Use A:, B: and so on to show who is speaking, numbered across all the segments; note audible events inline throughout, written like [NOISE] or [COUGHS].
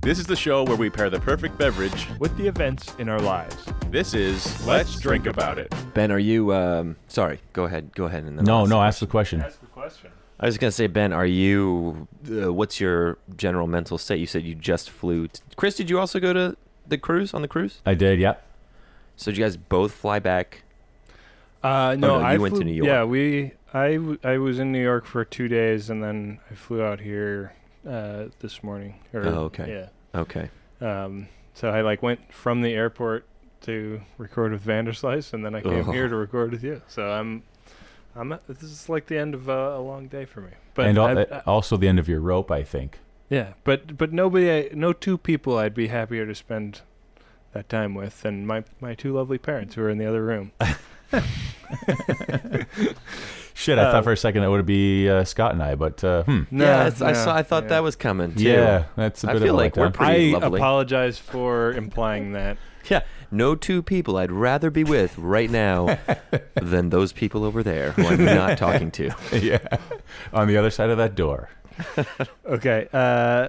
A: This is the show where we pair the perfect beverage.
B: with the events in our lives.
A: This is Let's Drink About It.
C: Ben, are you? Um, sorry, go ahead. Go ahead. And then
D: No,
C: I'll ask-
D: no, ask the question.
B: the question.
C: I was gonna say, Ben, are you? Uh, what's your general mental state? You said you just flew. T- Chris, did you also go to the cruise on the cruise?
D: I did, yep.
C: So did you guys both fly back?
B: Uh, no,
C: no,
B: I
C: you went to
B: flew-
C: New
B: Yeah,
C: York.
B: we. I, w- I was in New York for two days, and then I flew out here uh, this morning. Or,
C: Oh, okay. Okay.
B: Yeah. Um, so I like went from the airport to record with Vanderslice, and then I came
C: Oh.
B: here to record with you. So I'm. I'm. This is like the end of uh, a long day for me. But
D: and al-
B: I-
D: uh, also the end of your rope, I
C: [LAUGHS]
D: think.
B: Yeah, but but nobody, I, no two people, I'd be happier to spend that time with than my my two lovely parents who are in the other room.
D: Shit, I
B: Uh,
C: Um,
D: thought for a second it would be uh, Scott and I, but uh, hmm.
B: No,
C: yeah, it's- I
B: no,
C: saw. I thought
B: yeah.
C: that was coming too.
D: yeah, that's a
C: I
D: bit
C: feel
D: of a
C: like we're
D: letdown.
C: pretty-
B: I
C: lovely.
B: apologize for implying that.
C: Yeah. No two people I'd rather be with
D: [LAUGHS]
C: right now than those people over there who I'm not talking to.
D: [LAUGHS] yeah, on the other side of that door.
B: Okay, uh,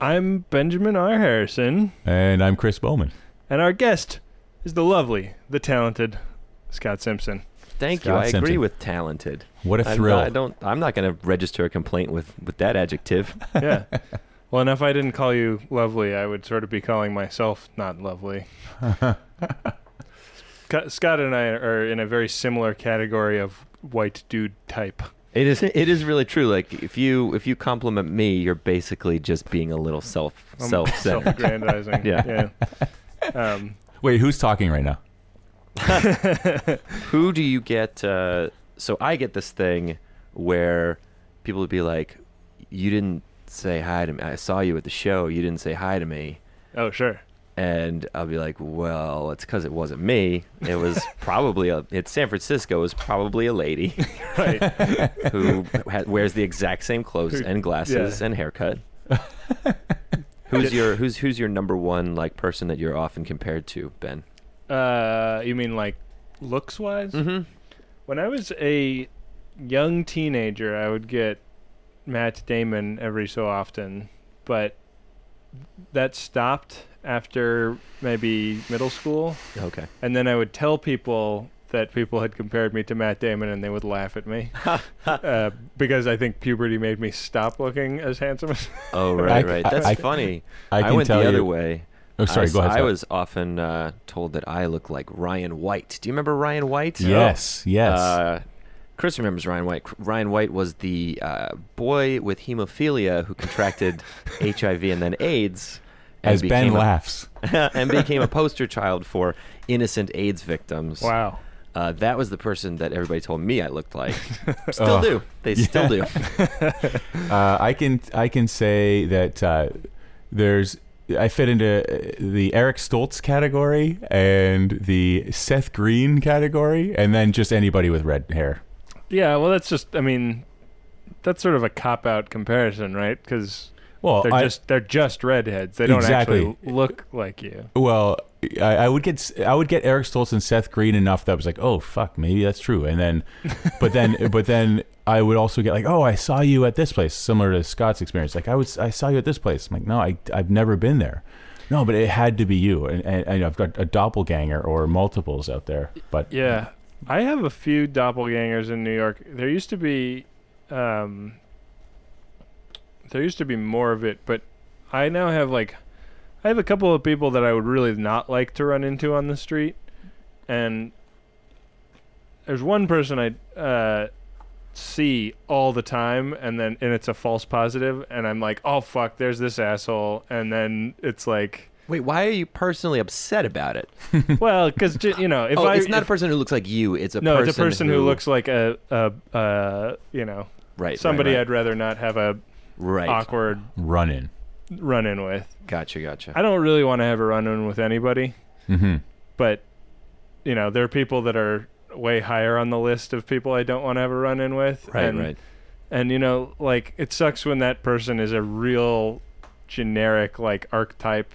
B: I'm Benjamin R. Harrison,
D: And I'm Chris Bowman.
B: and our guest is the lovely, the talented Scott
C: [LAUGHS]
B: Simpson.
C: Thank you.
D: Scott
C: I agree
D: Simpson.
C: with talented.
D: What a
C: I,
D: thrill!
C: I don't. I'm not going to register a complaint with with that adjective.
B: Yeah. well, and if I didn't call you lovely, I would sort of be calling myself not
C: [LAUGHS]
B: lovely. Sc- Scott and I are in a very similar category of white dude type.
C: It is. It is really true. Like if you if you compliment me, you're basically just being a little self
B: I'm
C: self centered.
B: self-aggrandizing.
C: [LAUGHS] Yeah.
B: yeah. Um,
D: Wait, who's talking right now?
C: Who do you get? Uh, so I get this thing where people would be like, "You didn't say hi to me. I saw you at the show. You didn't say hi to me."
B: oh, sure.
C: And I'll be like, "Well, it's because it wasn't me. It [LAUGHS] was probably a. It's San Francisco. It was probably a lady
B: Right.
C: who ha- wears the exact same clothes
B: Who-
C: and glasses
B: yeah.
C: and haircut." who's your who's who's your number one like person that you're often compared to, Ben?
B: Uh, you mean like looks wise?
C: Mm-hmm.
B: When I was a young teenager, I would get Matt Damon every so often, but that stopped after maybe middle school.
C: Okay.
B: And then I would tell people that people had compared me to Matt Damon and they would laugh at me uh, because I think puberty made me stop looking as handsome as. [LAUGHS]
C: Oh right,
D: I-
C: right.
D: I-
C: That's
D: I-
C: funny.
D: I can
C: went
D: tell
C: the
D: you.
C: other way.
D: Oh, sorry.
C: I,
D: go ahead.
C: I
D: Scott.
C: was often uh, told that I look like Ryan White. Do you remember Ryan White?
D: Yes. Yes.
C: Uh, Chris remembers Ryan White. Cr- Ryan White was the uh, boy with hemophilia
D: [LAUGHS]
C: who contracted HIV and then AIDS. and
D: As Ben
C: became a-
D: laughs.
C: [LAUGHS] and became a poster child for innocent AIDS victims.
B: Wow.
C: Uh, that was the person that everybody told me I looked like.
B: [LAUGHS] Oh.
D: Oh.
C: Still do. They still do.
D: Uh, I can I can say that uh, there's I fit into uh, the Eric Stoltz category and the Seth Green category, and then just anybody with red hair.
B: Yeah, well, that's just, I mean, that's sort of a cop out comparison, right? Because.
D: Well,
B: They're
D: I,
B: just they're just redheads. They don't
D: Exactly.
B: actually look like you.
D: well, I, I would get s- I would get Eric Stoltz and Seth Green enough that I was like, oh fuck, maybe that's true. And
B: [LAUGHS]
D: then, but then, but then I would also get like, oh, I saw you at this place, similar to Scott's experience. Like I was, I saw you at this place. I'm like, no, I I've never been there. No, but it had to be you, and, and, and I've got a doppelganger or multiples out there. But
B: Yeah, I have a few doppelgangers in New York. There used to be, um, there used to be more of it, but I now have like, I have a couple of people that I would really not like to run into on the street, and there's one person I uh, see all the time, and then and it's a false positive, and I'm like, oh fuck, there's this asshole, and then it's like.
C: Wait, why are you personally upset about it?
B: Well, because you know, if
C: oh,
B: I
C: it's not
B: if-
C: a person who looks like you. It's a
B: no,
C: person
B: it's a person who, looks like a, a uh, you know
C: right.
B: somebody
C: right,
B: I'd rather not have a
C: right.
B: awkward
D: run in.
B: run in with.
C: Gotcha, gotcha.
B: I don't really want to have a run in with anybody,
D: Mm-hmm.
B: but you know there are people that are way higher on the list of people I don't want to have a run in with.
C: Right,
B: and,
C: right.
B: And you know, like it sucks when that person is a real generic like archetype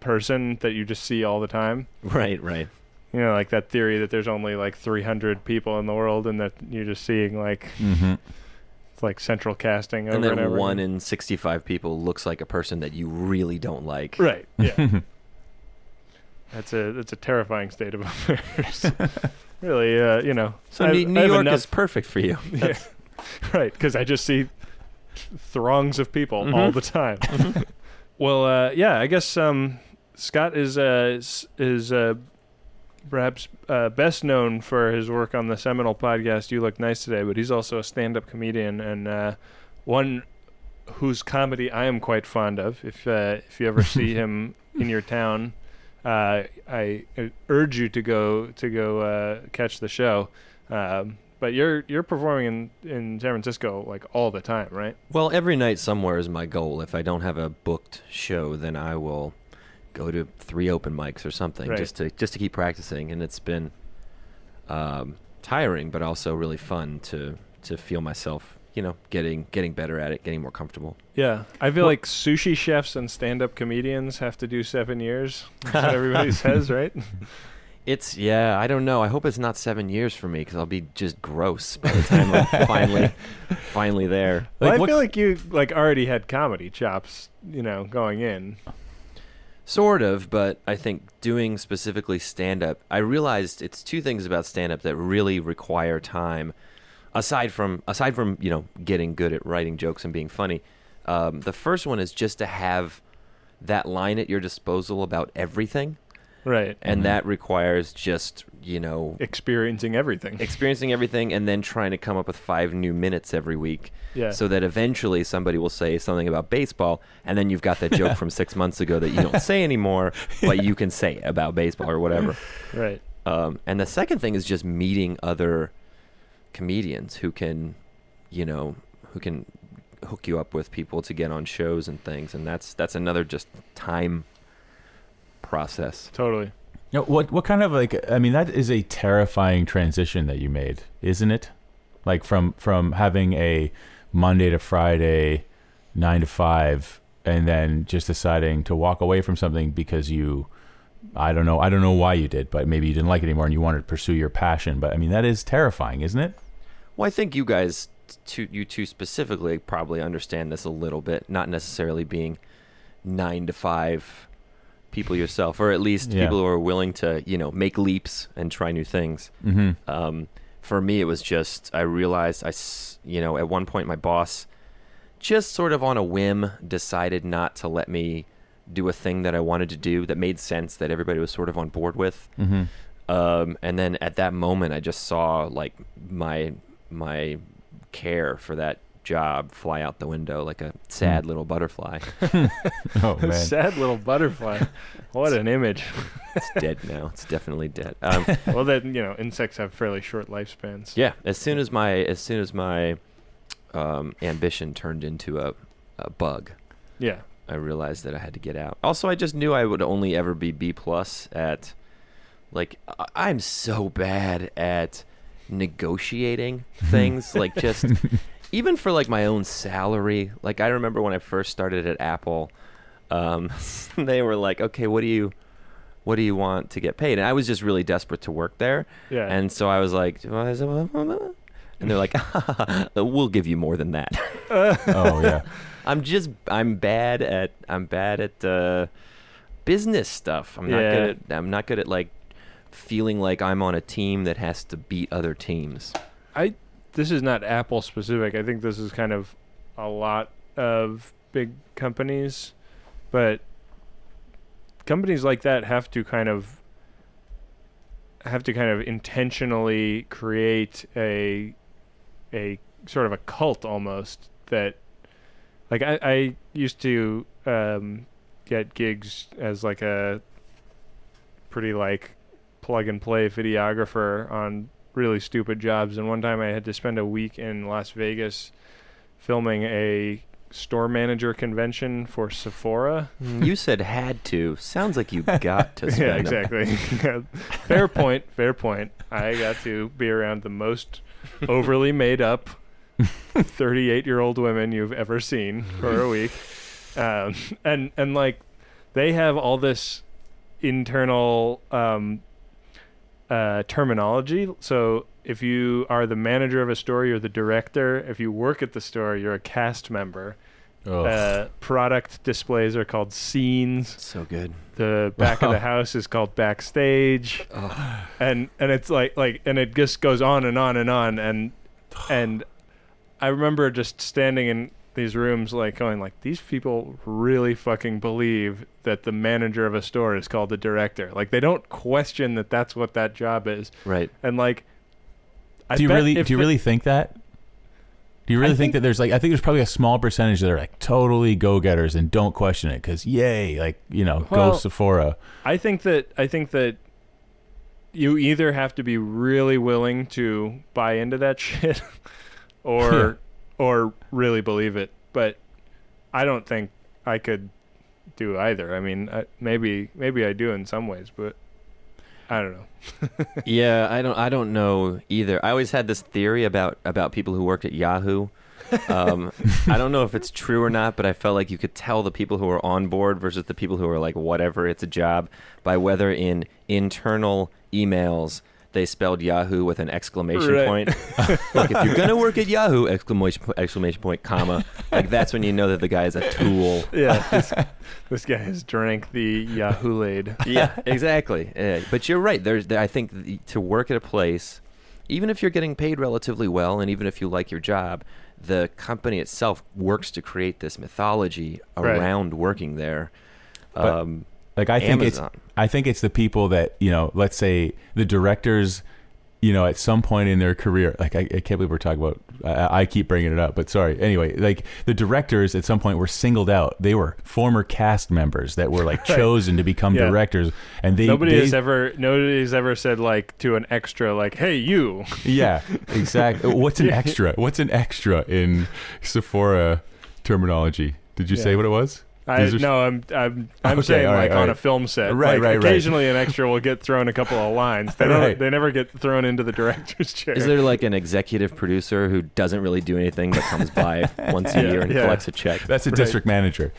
B: person that you just see all the time.
C: Right, right.
B: you know, like that
D: Mm-hmm.
B: theory that there's only like 300 people in the world and that you're just seeing like It's like central casting over
C: and
B: and,
C: then
B: over
C: one
B: again.
C: in 65 people looks like a person that you really don't like.
B: right.
C: [LAUGHS]
D: [LAUGHS]
B: Yeah. that's a that's a terrifying state of [LAUGHS] affairs.
C: [LAUGHS]
B: really, uh, you know.
C: So
B: I've-
C: New, New
B: I have
C: York
B: enough-
C: is perfect for you.
B: Yeah. [LAUGHS] right, because I just see throngs of people all
C: Mhm.
B: the time. [LAUGHS] well, uh, yeah, I guess um, Scott is uh, is, is uh, perhaps uh, best known for his work on the seminal podcast "You Look Nice Today," but he's also a stand-up comedian and uh, one whose comedy I am quite fond of. If uh, if you ever see him in your town. Uh, I uh, urge you to go to go uh, catch the show. Um, but you're you're performing in in San Francisco like all the time, right?
C: Well, every night somewhere is my goal. If I don't have a booked show, then I will go to three open mics or something
B: Right.
C: just to just to keep practicing. And it's been um, tiring, but also really fun to to feel myself, you know, getting getting better at it, getting more comfortable.
B: Yeah, I feel like sushi chefs and stand-up comedians have to do seven years. That's what everybody says, right?
C: It's yeah, I don't know. I hope it's not seven years for me because I'll be just gross by the time
B: [LAUGHS]
C: I'm finally finally there.
B: Well, I
D: what-
B: feel like you like already had comedy chops, you know, going in.
C: Sort of, but I think doing specifically stand up, I realized it's two things about stand up that really require time. Aside from aside from, you know, getting good at writing jokes and being funny. Um, the first one is just to have that line at your disposal about everything.
B: Right.
C: And that requires just, you know,
B: [LAUGHS] Experiencing everything.
C: experiencing everything and then trying to come up with five new minutes every week
B: Yeah.
C: so that eventually somebody will say something about baseball and then you've got that joke from six months ago that you don't say anymore but you can say about baseball or whatever
B: Right.
C: um, and the second thing is just meeting other comedians who can you know who can hook you up with people to get on shows and things and that's that's another just time process
B: Totally.
D: You know, what what kind of like I mean that is a terrifying transition that you made, isn't it? Like from from having a Monday to Friday, nine to five, and then just deciding to walk away from something because you, I don't know, I don't know why you did, but maybe you didn't like it anymore and you wanted to pursue your passion. But I mean that is terrifying, isn't it?
C: Well, I think you guys, two, you two specifically, probably understand this a little bit. Not necessarily being nine to five people yourself, or at least
D: Yeah.
C: people who are willing to, you know, make leaps and try new things.
D: Mm-hmm.
C: Um, for me, it was just I realized I, s- you know, at one point my boss just sort of on a whim decided not to let me do a thing that I wanted to do that made sense that everybody was sort of on board with
D: Mm-hmm.
C: um, and then at that moment i just saw like my my care for that job fly out the window like a sad little butterfly
D: [LAUGHS] Oh man. [LAUGHS]
B: [LAUGHS] Sad little butterfly. what an image.
C: it's dead now it's definitely dead um,
B: Well, then you know, insects have fairly short lifespans.
C: yeah as soon as my as soon as my um, ambition turned into a, a bug
B: Yeah.
C: i realized that i had to get out also i just knew i would only ever be b plus at like I- i'm so bad at negotiating things like just even for like my own salary like i remember when i first started at apple um, [LAUGHS] they were like okay what do you what do you want to get paid and i was just really desperate to work there
B: Yeah.
C: and so i was like and they're like [LAUGHS] we'll give you more than that
D: Oh yeah.
C: i'm just i'm bad at i'm bad at uh, business stuff i'm not
B: Yeah.
C: good at i'm not good at like feeling like i'm on a team that has to beat other teams
B: I this is not Apple specific. I think this is kind of a lot of big companies, but companies like that have to kind of have to kind of intentionally create a a sort of a cult almost that like I, I used to um, get gigs as like a pretty like plug and play videographer on really stupid jobs and one time I had to spend a week in Las Vegas filming a store manager convention for Sephora.
C: you said had to sounds like you got to spend
B: Hmm. [LAUGHS] yeah,
C: a-
B: exactly.
C: [LAUGHS]
B: [LAUGHS] fair point, fair point. I got to be around the most overly made
C: [LAUGHS]
B: up 38 year old women you've ever seen for a week. Um, and, and like, they have all this internal um, uh, terminology. So if you are the manager of a store, you're the director. If you work at the store, you're a cast member.
D: Ugh.
B: Uh, product displays are called scenes.
C: So good.
B: The
D: [LAUGHS]
B: back of the house is called backstage, and and it's like like and it just goes on and on and
D: [SIGHS]
B: on and and I remember just standing in these rooms like going like these people really fucking believe that the manager of a store is called the director. Like they don't question that that's what that job is.
C: Right.
B: And like, I
D: do you
B: bet
D: really
B: if
D: do you
B: it-
D: really think that? Do you really think,
B: think-
D: that there's like I think there's probably a small percentage that are like totally go getters and don't question it because yay like you know
B: Well-
D: go Sephora
B: I think that I think that you either have to be really willing to buy into that [LAUGHS] shit, or
D: Yeah.
B: or really believe it. But I don't think I could do either. I mean, I, maybe maybe I do in some ways, but I don't know.
C: Yeah, I don't I don't know either. I always had this theory about about people who worked at Yahoo. Um, I don't know if it's true or not, but I felt like you could tell the people who were on board versus the people who were like whatever, it's a job by whether in internal emails they spelled Yahoo with an exclamation
B: Right.
C: point. like if you're going to work at Yahoo exclamation exclamation point comma, like that's when you know that the guy is a tool.
B: Yeah, [LAUGHS] this, this guy has drank the Yahoo Aid.
C: [LAUGHS] yeah, exactly. Yeah. But you're right. There's, there, I think th- to work at a place, even if you're getting paid relatively well, and even if you like your job, the company itself works to create this mythology
B: Right.
C: around working there.
D: But
C: Um,
D: like I think it's
C: Amazon. [LAUGHS]
D: I think it's the people that you know let's say the directors you know at some point in their career like I, I can't believe we're talking about I, I keep bringing it up but sorry anyway like the directors at some point were singled out they were former cast members that were
B: [LAUGHS]
D: like chosen to become
B: Yeah.
D: directors and they
B: Nobody
D: they,
B: has ever nobody's ever said like to an extra like, "Hey, you."
D: Yeah, exactly. What's [LAUGHS] an extra? What's an extra in Sephora terminology? Did you
B: Yeah.
D: say what it was?
B: I
D: These are-
B: no, I'm I'm I'm
D: Okay,
B: saying
D: all right,
B: like
D: all
B: on
D: right.
B: a film
D: Right,
B: set. like,
D: right, right.
B: Occasionally, an extra will get thrown a couple of lines. They don't.
D: Right.
B: They never get thrown into the director's chair.
C: is there like an executive producer who doesn't really do anything but comes [LAUGHS] by once a
B: Yeah,
C: year and
B: yeah.
C: collects a check?
D: That's a
B: Right.
D: district manager.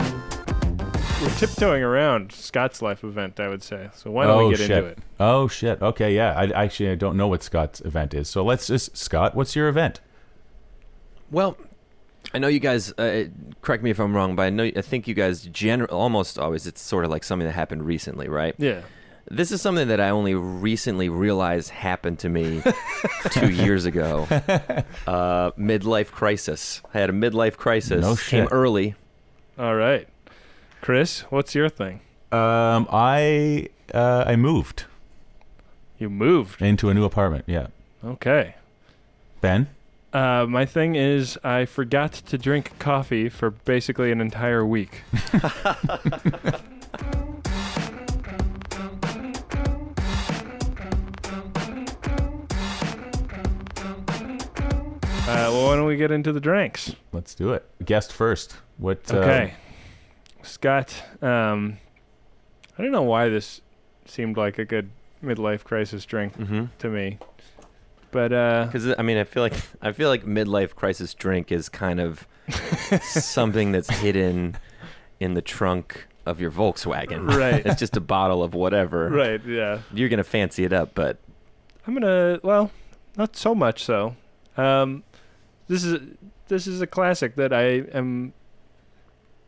B: We're tiptoeing around Scott's life event, I would say. So why don't
D: oh
B: we get
D: shit.
B: into it?
D: Oh shit. Okay, yeah. I actually I don't know what Scott's event is. So let's just Scott, what's your event?
C: Well, I know you guys. Uh, correct me if I'm wrong, but I know I think you guys general almost always it's sort of like something that happened recently, right?
B: Yeah.
C: This is something that I only recently realized happened to me two years ago. Uh, midlife crisis. I had a midlife crisis.
D: No
C: Came
D: shit.
C: early.
B: All right, Chris, what's your thing?
D: Um, I uh, I moved
B: You moved.
D: into a new apartment. Yeah,
B: Okay.
D: Ben.
B: Uh, my thing is I forgot to drink coffee for basically an entire [LAUGHS] week. Uh, Uh, well, why don't we get into the drinks?
D: Let's do it. Guest first. What? uh,
B: Okay. Scott, um, I don't know why this seemed like a good midlife crisis drink
C: Mm-hmm.
B: to me, but
C: [LAUGHS]
B: uh,
C: Because I mean, I feel like I feel like midlife crisis drink is kind of something that's hidden in the trunk of your Volkswagen.
B: right,
C: It's just a bottle of whatever.
B: right, yeah.
C: You're gonna fancy it up, but
B: I'm gonna well, not so much so. Um, this is this is a classic that I am.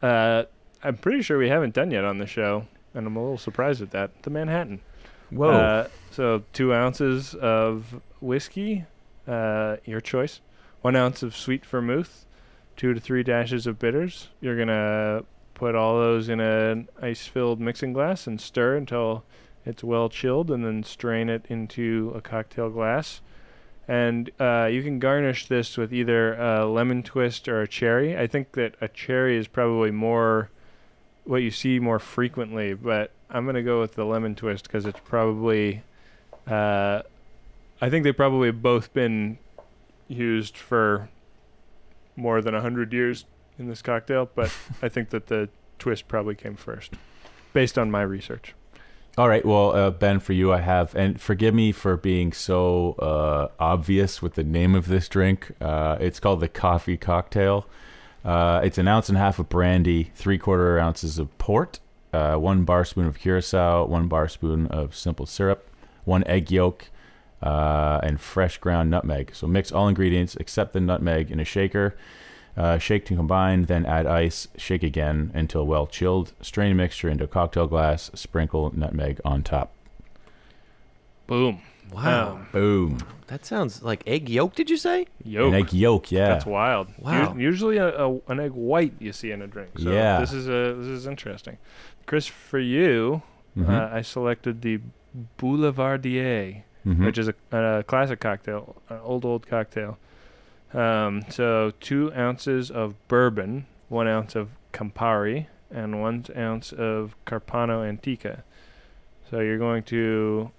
B: Uh, I'm pretty sure we haven't done yet on the show, and I'm a little surprised at that. The Manhattan.
D: whoa.
B: Uh, so two ounces of whiskey, uh, your choice. One ounce of sweet vermouth, two to three dashes of bitters. You're gonna put all those in an ice-filled mixing glass and stir until it's well chilled, and then strain it into a cocktail glass. And uh, you can garnish this with either a lemon twist or a cherry. I think that a cherry is probably more what you see more frequently, but I'm gonna go with the lemon twist because it's probably, uh, I think they've probably both been used for more than hundred years in this cocktail, but
D: [LAUGHS]
B: I think that the twist probably came first, based on my research.
D: All right. Well, uh, Ben, for you, I have, and forgive me for being so uh, obvious with the name of this drink. Uh, it's called the coffee cocktail. Uh, it's an ounce and a half of brandy, three quarter ounces of port, uh, one bar spoon of curacao, one bar spoon of simple syrup, one egg yolk, uh, and fresh ground nutmeg. So mix all ingredients except the nutmeg in a shaker. Uh, shake to combine, then add ice. Shake again until well chilled. Strain mixture into a cocktail glass. Sprinkle nutmeg on top.
B: Boom.
C: Wow.
B: Um,
D: Boom.
C: That sounds like egg yolk, did you say?
D: An
B: yolk.
D: egg yolk, yeah.
B: That's wild. U-
C: Wow.
B: usually, a, a, an egg white you see in a drink. So
D: Yeah.
B: This is a this is interesting. Chris, for you,
D: Mhm.
B: uh, I selected the Boulevardier,
D: Mhm.
B: which is a, a classic cocktail, an old old cocktail. Um, so two ounces of bourbon, one ounce of Campari, and one ounce of Carpano Antica. So you're going to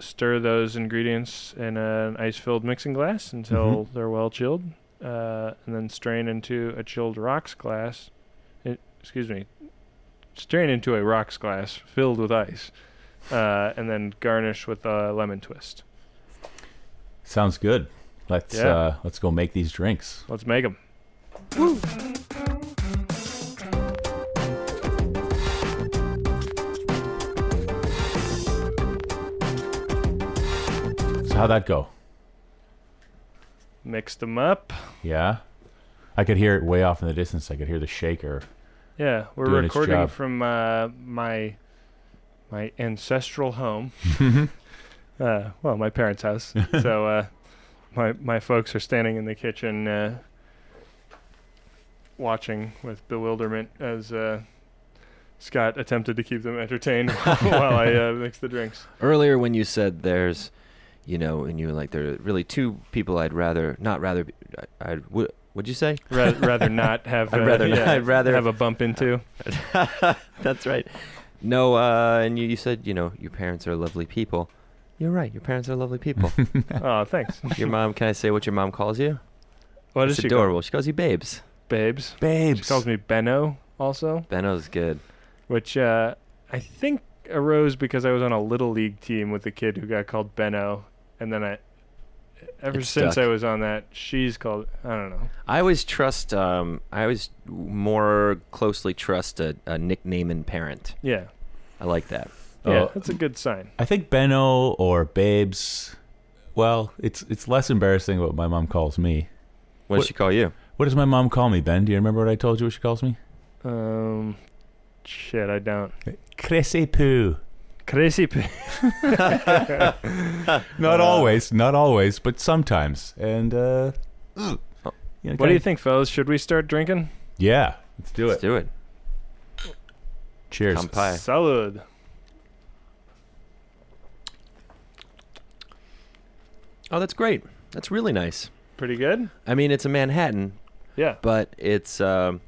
B: stir those ingredients in an ice-filled mixing glass until they're well chilled, uh, and then strain into a chilled rocks glass. eh, excuse me, strain into a rocks glass filled with ice, uh, and then garnish with a lemon twist.
D: Sounds good. Let's
B: Yeah.
D: uh, let's go make these drinks.
B: Let's make them.
D: So how'd that go?
B: Mix them up.
D: Yeah, I could hear it way off in the distance. I could hear the shaker.
B: Yeah, we're
D: Doing its
B: recording
D: job.
B: from uh, my my ancestral home. uh, well, my parents' house. so uh, my my folks are standing in the kitchen uh, watching with bewilderment as uh, Scott attempted to keep them entertained while I uh, mix the drinks.
C: Earlier when you said there's, you know, and you were like, there are really two people I'd rather, not rather, be- I, I would, would you say?
B: Rather, rather
C: [LAUGHS]
B: not have.
C: I'd
B: uh,
C: rather-
B: yeah,
C: I'd rather-
B: have a bump into.
C: [LAUGHS] That's right. No, uh, and you, you said, you know, your parents are lovely people. You're right. Your parents are
B: [LAUGHS]
C: lovely people.
B: Oh, thanks.
C: your mom, can I say what your mom calls you?
B: What
C: it's
B: is she? called?
C: adorable. She calls you babes.
B: Babes.
D: Babes.
B: She calls me Benno. Also.
C: Benno's good.
B: which uh, I think arose because I was on a little league team with a kid who got called Benno, and then I, ever
C: It
B: since
C: stuck.
B: I was on that, she's called I don't know.
C: I always trust. Um, I always more closely trust a, a nickname and parent.
B: Yeah,
C: I like that.
B: yeah,
D: Oh.
B: that's a good sign.
D: I think Benno or Babes. Well, it's it's less embarrassing what my mom calls me. What-
C: What, does she call you?
D: What does my mom call me, Ben? Do you remember what I told you? What she calls me?
B: Um, shit, I don't.
D: Cressy poo.
B: Crazy. p-
D: Not
B: Uh,
D: always, not always, but sometimes. And uh, ugh. You know,
B: [LAUGHS] Mm. What do you
D: kinda-
B: think, fellas? Should we start drinking?
D: Yeah, let's do
C: Let's
D: it.
C: do it.
D: Cheers.
C: Kampai.
B: Salud.
C: Oh, that's great. That's really nice.
B: Pretty good.
C: I mean, it's a Manhattan,
B: Yeah.
C: but it's um,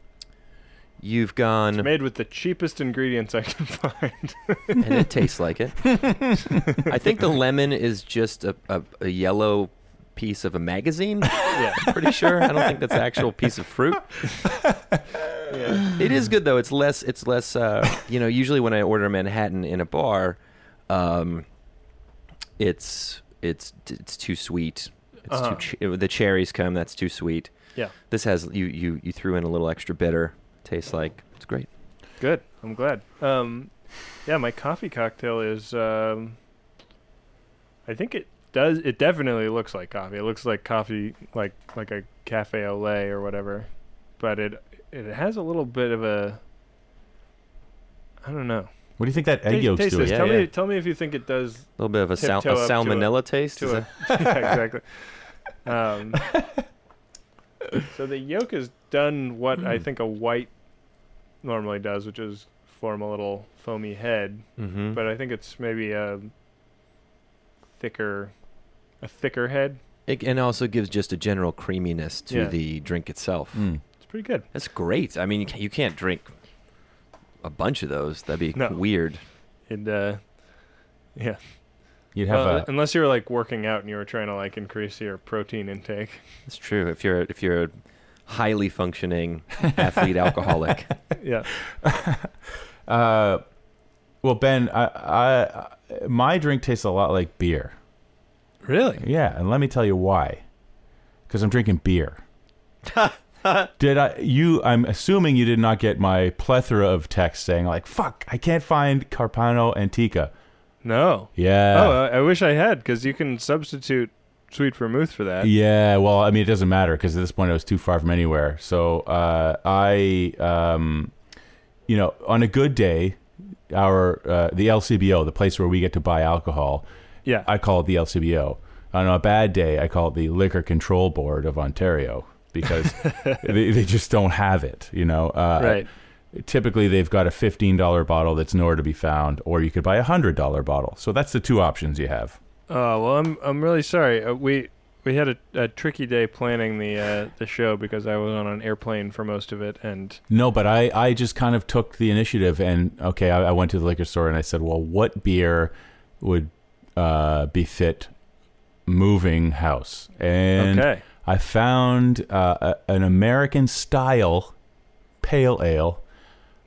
C: you've
B: It's
C: gone
B: made with the cheapest ingredients I can [LAUGHS] find.
C: and it tastes
B: [LAUGHS]
C: like it. I think the lemon is just a, a, a yellow piece of a magazine.
B: yeah.
C: Pretty sure. I don't think that's an actual piece of fruit.
B: Yeah.
C: It is good though. It's less. It's less. Uh, you know, usually when I order Manhattan in a bar, um, it's it's it's too sweet. It's
B: Uh-huh.
C: too ch- the cherries come. That's too sweet.
B: Yeah.
C: This has you you you threw in a little extra bitter. Tastes like it's great.
B: Good. I'm glad. Um, yeah, my coffee cocktail is. Um, I think it does. It definitely looks like coffee. It looks like coffee, like like a cafe au lait or whatever, but it it has a little bit of a. I don't know.
D: What do you think that egg
B: Taste-
D: yolk's
B: taste
D: doing?
B: this.
C: Yeah,
B: tell me,
C: yeah.
B: tell me if you think it does
C: A little bit of a, sal-
B: Tiptoe
C: a
B: up to a-
C: salmonella taste. Is
B: to a [LAUGHS]
C: that-
B: yeah, exactly. Um, so the yolk has done what I think a white normally does, which is form a little foamy head.
C: Mhm.
B: but I think it's maybe a thicker, a thicker head.
C: It, and also gives just a general creaminess to
B: Yeah.
C: the drink itself.
D: Mm.
B: It's pretty good.
C: That's great. I mean, you ca- you can't drink a bunch of those. That'd be
B: No.
C: weird.
B: And uh, yeah,
D: You'd have
B: Well,
D: a
B: unless you were like working out and you were trying to like increase your protein intake. [LAUGHS]
C: It's true. If you're if you're a highly functioning
D: [LAUGHS]
C: athlete alcoholic,
B: yeah,
D: Uh, well, Ben, I, I, I- my drink tastes a lot like beer.
B: really. [LAUGHS]
D: Yeah, and let me tell you why. Because I'm drinking beer. did I you I'm assuming you did not get my plethora of texts saying like fuck, I can't find Carpano Antica.
B: No.
D: Yeah.
B: Oh, I, I wish I had because you can substitute sweet vermouth for that.
D: Yeah, well, I mean, it doesn't matter because at this point I was too far from anywhere. So uh, I, um, you know, on a good day, our uh, the LCBO, the place where we get to buy alcohol,
B: Yeah.
D: I call it the LCBO. On a bad day, I call it the Liquor Control Board of Ontario because they, they just don't have it. You know, uh,
B: right.
D: typically they've got a $15 bottle that's nowhere to be found, or you could buy a $100 bottle. So that's the two options you have.
B: Oh well, I'm I'm really sorry. Uh, we we had a, a tricky day planning the uh, the show because I was on an airplane for most of it, and
D: No, but I, I just kind of took the initiative and okay, I, I went to the liquor store and I said, well, what beer would uh, befit moving house? And
B: okay,
D: I found uh, a, an American style pale ale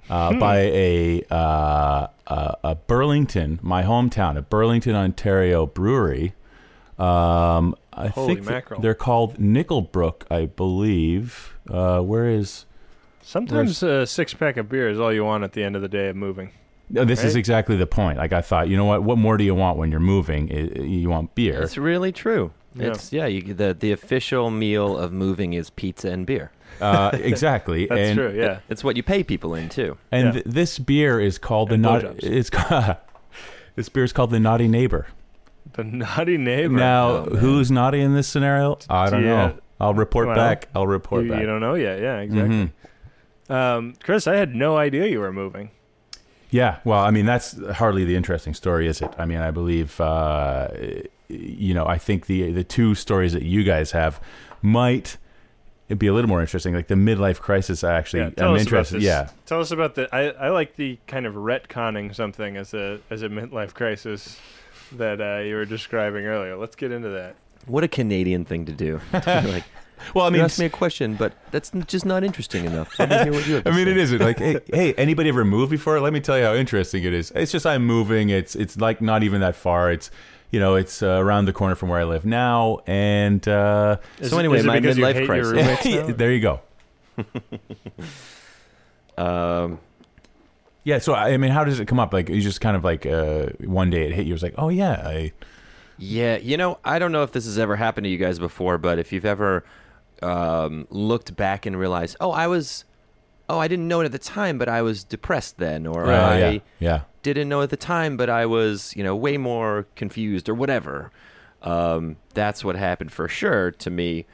D: uh,
B: Hmm.
D: by a, uh, a a Burlington, my hometown, a Burlington, Ontario brewery. Um, I
B: Holy
D: think that
B: mackerel.
D: they're called Nickelbrook, I believe. Uh, where is
B: sometimes a six pack of beer is all you want at the end of the day of moving.
D: No, this is
B: Right?
D: exactly the point. Like I thought, you know what? What more do you want when you're moving? I- You want beer.
C: It's really true.
B: Yeah.
C: It's yeah. You, the the official meal of moving is pizza and beer.
D: Uh,
B: [LAUGHS]
D: exactly.
B: That's
D: and
B: true. Yeah.
C: It's what you pay people in too.
D: and
B: Yeah.
D: th- this beer is called
B: And
D: the naughty.
B: blowjobs.
D: It's ca- [LAUGHS] this beer is called the naughty neighbor.
B: The naughty neighbor.
D: Now,
C: Oh, man.
D: who's naughty in this scenario? I don't
B: Yeah.
D: know. I'll report
B: Well,
D: back. I'll
B: you,
D: report
B: you
D: back.
B: don't know yet. Yeah.
C: Mm-hmm.
B: Exactly.
D: Mhm.
B: Um, Chris, I had no idea you were moving.
D: Yeah. Well, I mean, that's hardly the interesting story, is it? I mean, I believe, uh, you know, I think the the two stories that you guys have might be a little more interesting. Like the midlife crisis, I actually
B: yeah. Tell
D: am
B: us
D: interested.
B: about this.
D: Yeah.
B: Tell us about the. I, I like the kind of retconning something as a as a midlife crisis that uh, you were describing earlier. Let's get into that.
C: What a Canadian thing to do. [LAUGHS] To be like,
D: Well, [LAUGHS] I
C: you
D: mean,
C: asked me a question, but that's n- just not interesting enough. Let me hear what you have
D: [LAUGHS]
C: to
D: I mean,
C: say.
D: it isn't like,
B: [LAUGHS]
D: hey, hey, anybody ever moved before? Let me tell you how interesting it is. It's just I'm moving. It's it's like not even that far. It's you know, it's uh, around the corner from where I live now. And uh,
B: Is
C: So
B: it-
C: anyway,
B: is it
C: my
B: because you
C: midlife
B: hate your
C: crisis.
D: [LAUGHS]
B: roommates
C: [LAUGHS]
B: now?
D: there you go.
C: Um,
D: Yeah. So I mean, how does it come up? Like you just kind of like uh, one day it hit you. It was like, oh yeah, I,
C: yeah, you know, I don't know if this has ever happened to you guys before, but if you've ever um, looked back and realized, oh, I was, oh, I didn't know it at the time, but I was depressed then, or
D: uh,
C: I
D: yeah, yeah.
C: didn't know at the time, but I was, you know, way more confused or whatever. Um, that's what happened for sure to me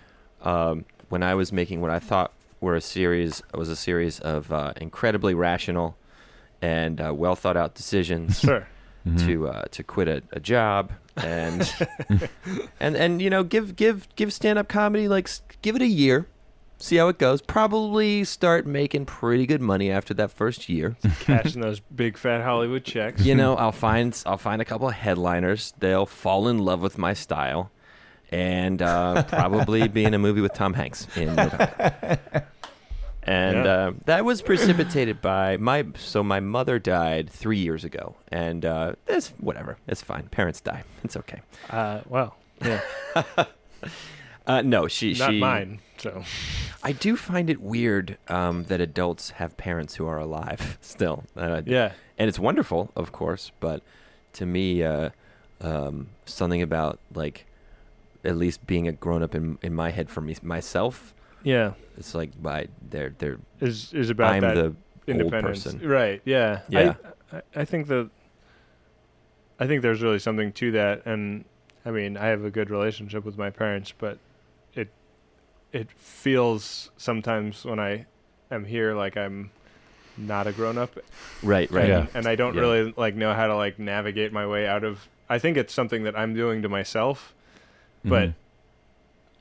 C: um, when I was making what I thought were a series was a series of uh, incredibly rational and uh, well thought out
B: [LAUGHS]
C: decisions
B: Sure.
C: to uh, to quit a, a job and [LAUGHS] and and you know give give give stand up comedy like s- give it a year, see how it goes. Probably start making pretty good money after that first year
B: Cashing those big fat Hollywood checks. [LAUGHS]
C: you know i'll find i'll find a couple of headliners they'll fall in love with my style and uh, probably be in a movie with tom hanks in november
B: [LAUGHS]
C: and
B: Yeah.
C: uh, that was precipitated by my so my mother died three years ago and uh, it's whatever it's fine parents die it's okay
B: Uh, well, yeah,
C: uh, no she
B: not
C: she
B: mine. So
C: i do find it weird um, that adults have parents who are alive [LAUGHS] still uh,
B: yeah,
C: and it's wonderful, of course. But to me, uh, um, something about like at least being a grown up in in my head for me myself,
B: yeah
C: it's like by they're they're
B: is is about
C: I'm
B: that
C: the
B: independence,
C: person.
B: right? Yeah, I-
C: Yeah.
B: I, I think that I think there's really something to that, and I mean, I have a good relationship with my parents, but it it feels sometimes when I am here like I'm not a grown up
C: right right.
D: Yeah.
B: and, and I don't
C: Yeah.
B: really like know how to like navigate my way out of. I think it's something that I'm doing to myself, but
D: Mhm.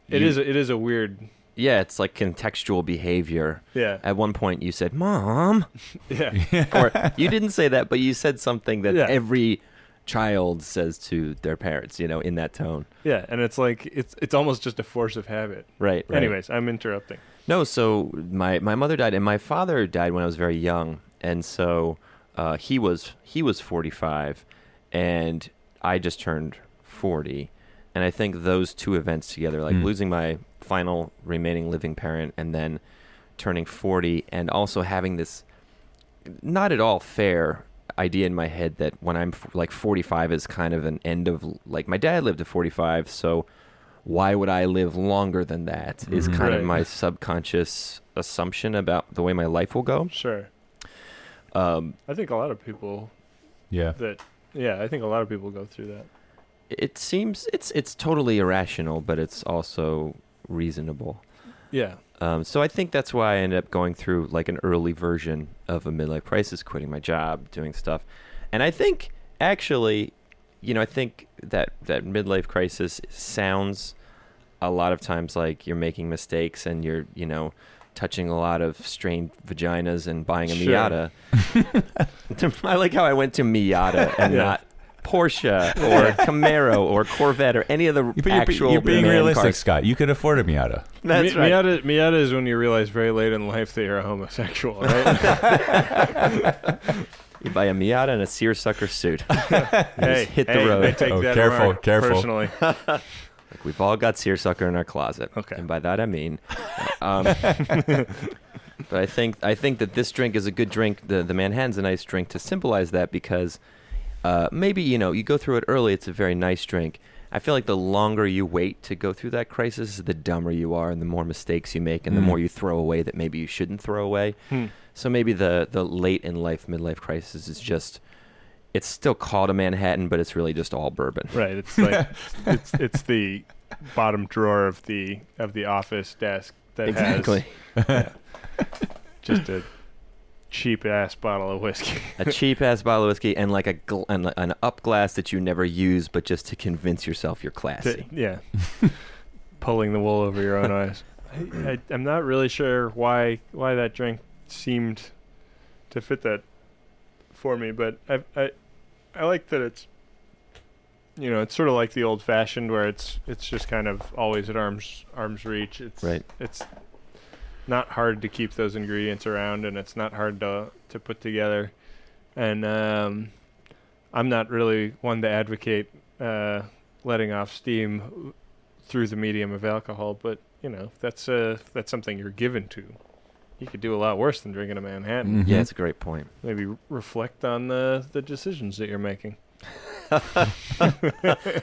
B: it
C: You-
B: is it is a weird
C: Yeah, it's like contextual behavior.
B: yeah
C: At one point, you said "mom,"
B: yeah
D: Mm-hmm.
B: [LAUGHS]
C: or you didn't say that, but you said something that
B: Yeah.
C: every child says to their parents. You know, in that tone.
B: yeah and it's like it's it's almost just a force of habit.
C: Right. right.
B: Anyways, I'm interrupting.
C: No, so my my mother died, and my father died when I was very young, and so uh, he was he was forty five, and I just turned forty, And I think those two events together, like
D: Mm.
C: losing my final remaining living parent and then turning 40, and also having this not at all fair idea in my head that when I'm f- like 45 is kind of an end of like my dad lived to 45, so why would I live longer than that? Is
D: Mhm.
C: kind of
B: Right.
C: my subconscious assumption about the way my life will go.
B: Sure.
C: Um,
B: I think a lot of people
D: [LAUGHS] Yeah.
B: that yeah, I think a lot of people go through that.
C: it seems it's it's totally irrational, but it's also reasonable.
B: Yeah.
C: Um, so I think that's why I ended up going through like an early version of a midlife crisis, quitting my job, doing stuff, and I think actually, you know, I think that that midlife crisis sounds a lot of times like you're making mistakes and you're you know touching a lot of strained vaginas and buying a
B: Sure.
C: Miata. [LAUGHS] I like how I went to Miata and
B: Yeah.
C: not. Porsche or Camaro or Corvette or any of the
D: But you're, be-
C: actual
D: you're being
C: man
D: realistic,
C: cars.
D: Scott. You could afford a Miata.
C: That's
B: Mi-
C: right.
B: Miata, Miata is when you realize very late in life that you're a homosexual, [LAUGHS] right?
C: You buy a Miata and a seersucker suit. You
B: hey,
C: just hit the
B: hey,
C: road.
B: I take
D: Oh,
B: that
D: careful,
B: remark
D: careful.
B: [LAUGHS] personally.
C: Like, we've all got seersucker in our closet.
B: Okay.
C: And by that I mean, um, but I think I think that this drink is a good drink. The the Manhattan's a nice drink to symbolize that because uh, maybe you know you go through it early. It's a very nice drink. I feel like the longer you wait to go through that crisis, the dumber you are, and the more mistakes you make, and the
D: Mm.
C: more you throw away that maybe you shouldn't throw away.
B: Hmm.
C: So maybe the the late in life midlife crisis is just it's still called a Manhattan, but it's really just all bourbon.
B: Right. It's like it's it's the bottom drawer of the of the office desk that
C: Exactly.
B: has just a cheap ass bottle of whiskey.
C: [LAUGHS] a cheap ass bottle of whiskey and like a gl- and like an up glass that you never use, but just to convince yourself you're
B: Th-
C: classy.
B: yeah. [LAUGHS] Pulling the wool over your own eyes. I, I, I'm not really sure why why that drink seemed to fit that for me, but I I, I like that it's you know it's sort of like the old fashioned where it's it's just kind of always at arms arms reach. It's
C: Right.
B: It's not hard to keep those ingredients around, and it's not hard to to put together. And um, I'm not really one to advocate uh, letting off steam through the medium of alcohol, but you know that's uh, that's something you're given to. You could do a lot worse than drinking a Manhattan.
D: Mhm.
C: Yeah, it's a great point.
B: Maybe reflect on the the decisions that you're making.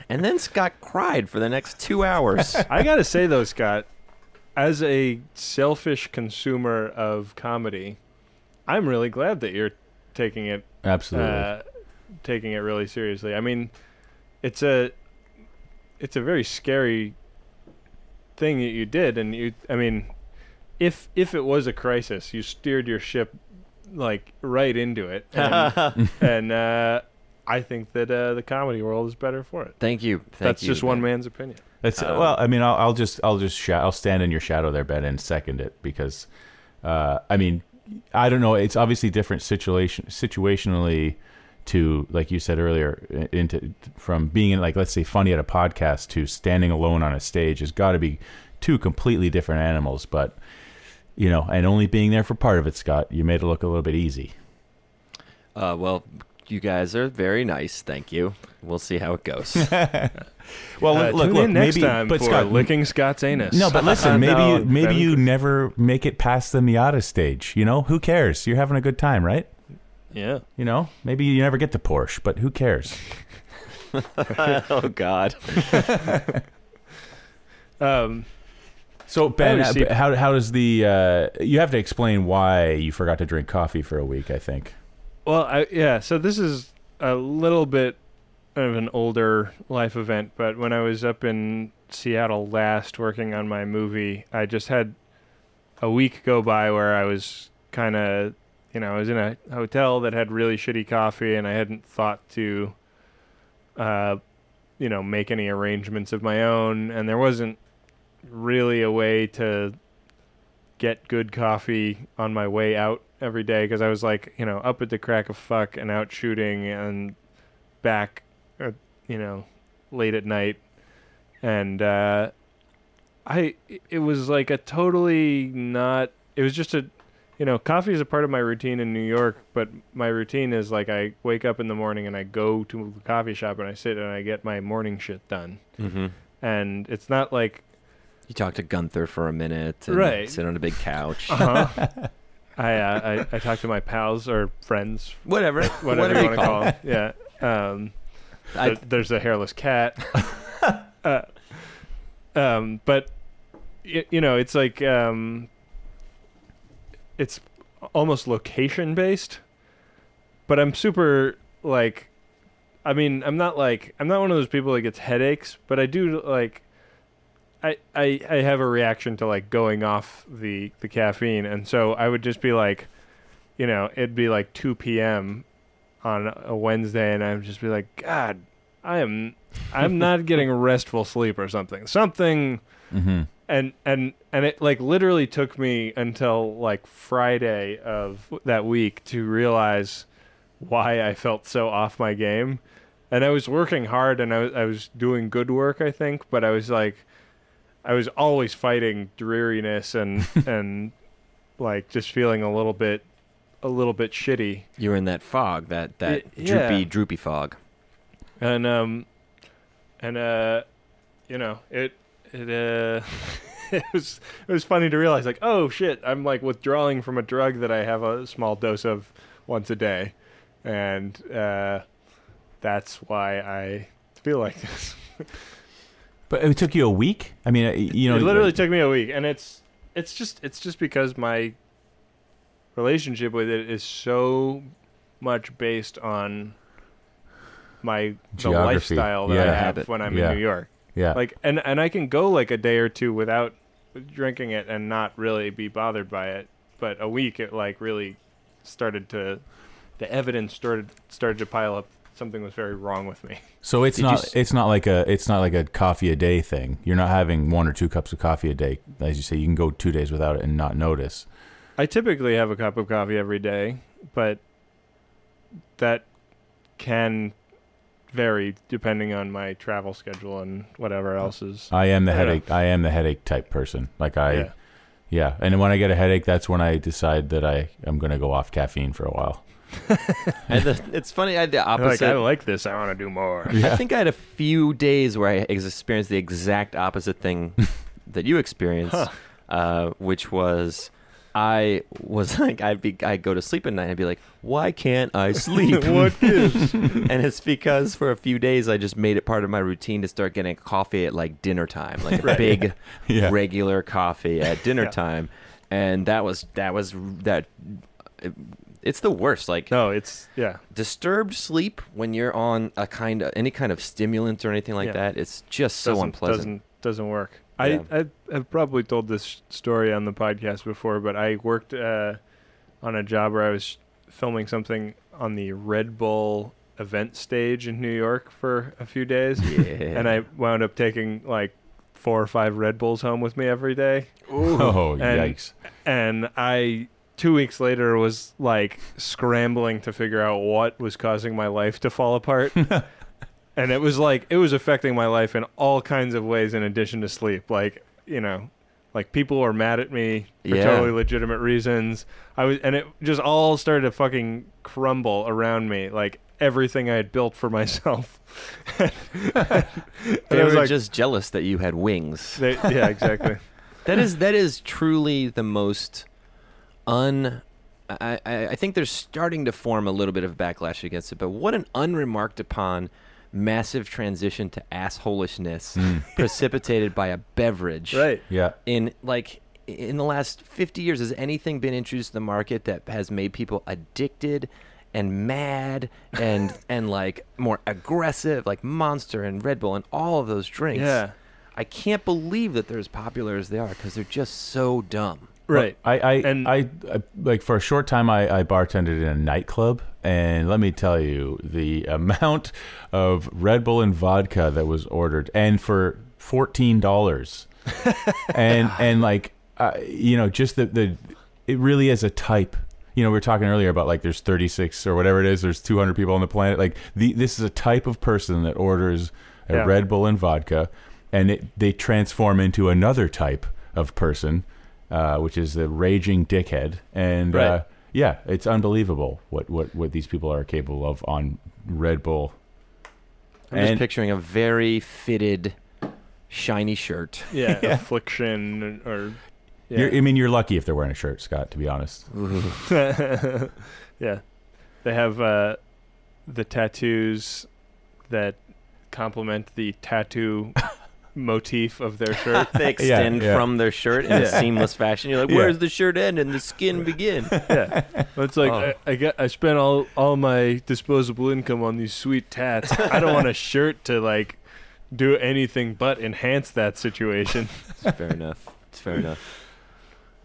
C: And then Scott cried for the next
B: [LAUGHS]
C: two hours.
B: I gotta say though, Scott, as a selfish consumer of comedy, I'm really glad that you're taking it
D: Absolutely.
B: uh, taking it really seriously. I mean, it's a it's a very scary thing that you did, and you. I mean, if if it was a crisis, you steered your ship like right into
C: [LAUGHS]
B: it, and, and uh, I think that uh, the comedy world is better for it.
C: Thank you. Thank
B: That's
C: you,
B: just one
C: Ben.
B: man's opinion.
D: That's
C: Um,
D: well. I mean, I'll, I'll just I'll just sh- I'll stand in your shadow there, Ben, and second it because, uh, I mean, I don't know. It's obviously different situation situationally to like you said earlier i- into from being in like let's say funny at a podcast to standing alone on a stage has got to be two completely different animals. But you know, and only being there for part of it, Scott, you made it look a little bit easy.
C: Uh, well, you guys are very nice. Thank you. We'll see how it goes.
B: [LAUGHS]
D: Well,
B: Uh,
D: look,
B: tune
D: look,
B: in next
D: maybe,
B: time
D: but
B: for
D: Scott,
B: licking Scott's anus.
D: No,
B: [LAUGHS]
D: but listen, maybe
B: No,
D: you, maybe
B: Ben.
D: you never make it past the Miata stage. You know, who cares? You're having a good time, right?
B: yeah.
D: You know, maybe you never get the Porsche, but who cares?
C: oh God.
B: Um,
D: So Ben,
B: always
D: uh,
B: see-
D: b- how how does the uh, you have to explain why you forgot to drink coffee for a week? I think.
B: Well, I, yeah. So this is a little bit of an older life event, but when I was up in Seattle last working on my movie, I just had a week go by where I was kind of, you know, I was in a hotel that had really shitty coffee, and I hadn't thought to, uh, you know, make any arrangements of my own, and there wasn't really a way to get good coffee on my way out every day because I was like, you know, up at the crack of fuck and out shooting and back, uh, you know, late at night, and uh, I it was like a totally not. It was just a you know, coffee is a part of my routine in New York, but my routine is like I wake up in the morning and I go to the coffee shop and I sit and I get my morning shit done.
C: Mm-hmm.
B: And it's not like
C: You talk to Gunther for a minute, and
B: Right.
C: Sit on a big couch,
B: uh-huh. I, uh, I I talk to my pals or friends, [LAUGHS]
C: whatever,
B: [LAUGHS] whatever, you
C: whatever you
B: want to
C: call.
B: call. Them. Yeah. Um,
C: it. I,
B: th- there's a hairless cat.
C: [LAUGHS]
B: uh, um, but y- you know, it's like um, it's almost location based. But I'm super like, I mean, I'm not like I'm not one of those people that gets headaches, but I do like. I, I, I have a reaction to like going off the, the caffeine and so I would just be like you know, it'd be like 2 p.m. on a Wednesday, and I'd just be like, God, I am, I'm not getting restful sleep or something, something,
D: Mm-hmm.
B: and and and it like literally took me until like Friday of that week to realize why I felt so off my game, and I was working hard and I was I was doing good work I think, but I was like, I was always fighting dreariness and and like just feeling a little bit a little bit shitty
C: you're in that fog, that that
B: Y-
C: droopy,
B: yeah. [LAUGHS]
C: droopy fog.
B: and um and uh you know it it uh [LAUGHS] it was it was funny to realize like oh shit i'm like withdrawing from a drug that i have a small dose of once a day and uh that's why i feel like this
D: But it took you a week. I mean, uh, you know,
B: it literally
D: like-
B: took me a week and it's it's just it's just because my relationship with it is so much based on my the
D: Geography.
B: lifestyle that
D: Yeah.
B: I have
C: Habit.
B: when I'm
D: Yeah.
B: in New York.
D: yeah.
B: Like and and I can go like a day or two without drinking it and not really be bothered by it, but a week it like really started to the evidence started started to pile up. Something was very wrong with me.
D: so it's
C: did you
D: not
C: s-
D: it's not like a it's not like a coffee a day thing. You're not having one or two cups of coffee a day, as you say. You can go two days without it and not notice.
B: I typically have a cup of coffee every day, but that can vary depending on my travel schedule and whatever else is.
D: I am the
B: I don't know.
D: headache. I am the headache type person. Like I,
B: Yeah.
D: yeah. And when I get a headache, that's when I decide that I am going to go off caffeine for a while. [LAUGHS]
C: And the, it's funny, I had the
B: Like
C: opposite.
B: I like this. I want to do
C: [LAUGHS]
B: more.
C: I think I had a few days where I ex- experienced the exact opposite
B: [LAUGHS]
C: thing that you experienced,
B: Huh.
C: uh, which was I was [LAUGHS] like I'd be I'd go to sleep at night and I'd be like, why can't I
B: [LAUGHS]
C: sleep?
B: what gives?
C: [LAUGHS] and it's because for a few days I just made it part of my routine to start getting coffee at like dinner time, like
B: [LAUGHS]
C: a big
D: Yeah.
C: regular coffee at dinner
B: Yeah.
C: time, and that was that was that. it- it's the worst. Like
B: No, it's yeah.
C: disturbed sleep when you're on a kind of any kind of stimulant or anything like
B: Yeah.
C: that it's just so
B: doesn't,
C: unpleasant
B: Doesn't doesn't work.
C: Yeah.
B: I, I I've probably told this story on the podcast before, but I worked uh, on a job where I was filming something on the Red Bull event stage in New York for a few days,
C: yeah
B: and I wound up taking like four or five Red Bulls home with me every day,
D: Oh
B: And-
D: yikes!
B: and I. Two weeks later was like scrambling to figure out what was causing my life to fall
C: [LAUGHS]
B: apart. and it was like it was affecting my life in all kinds of ways in addition to sleep like you know like people were mad at me for
C: Yeah.
B: totally legitimate reasons i was and it just all started to fucking crumble around me like everything i had built for
C: [LAUGHS]
B: myself [LAUGHS] And
C: they
B: I was
C: were
B: like
C: just jealous that you had wings
B: they, yeah
C: [LAUGHS]
B: exactly
C: that is that is truly the most un I, I I think they're starting to form a little bit of backlash against it, but what an unremarked upon massive transition to assholishness precipitated by a beverage.
B: Hmm. right
D: Yeah.
C: in like in the last 50 years has anything been introduced to the market that has made people addicted and mad
D: [LAUGHS]
C: and and like more aggressive like monster and red bull and all of those drinks
B: yeah
C: i can't believe that they're as popular as they are because they're just so dumb
B: right
D: I, I,
B: And-
D: I, I like for a short time I, I bartended in a nightclub, and let me tell you, the amount of Red Bull and vodka that was ordered, and for fourteen
B: [LAUGHS]
D: dollars, and and like uh, you know, just the the it really is a type. You know, we were talking earlier about like there's 36 or whatever it is. There's 200 people on the planet. Like the, this is a type of person that orders a
B: Yeah.
D: Red Bull and vodka, and it, they transform into another type of person uh, which is the raging dickhead, and
C: Right.
D: uh, yeah, it's unbelievable what, what what these people are capable of on Red Bull.
C: I'm
D: And-
C: just picturing a very fitted, shiny shirt.
B: Yeah, affliction or [LAUGHS] yeah.
D: You're, I mean, you're lucky if they're wearing a shirt, Scott. To be honest,
C: Ooh.
B: yeah. They have uh, the tattoos that complement the tattoo motif of their shirt.
C: they
D: [LAUGHS]
C: extend
D: yeah.
C: from their shirt in a
B: Yeah.
C: seamless fashion. You're like,
D: Yeah.
C: where's the shirt end and the skin begin?
B: yeah. But it's like
C: Oh.
B: I, I get I spent all all my disposable income on these sweet tats. I don't want a shirt to like do anything but enhance that situation.
C: It's fair enough. It's fair enough.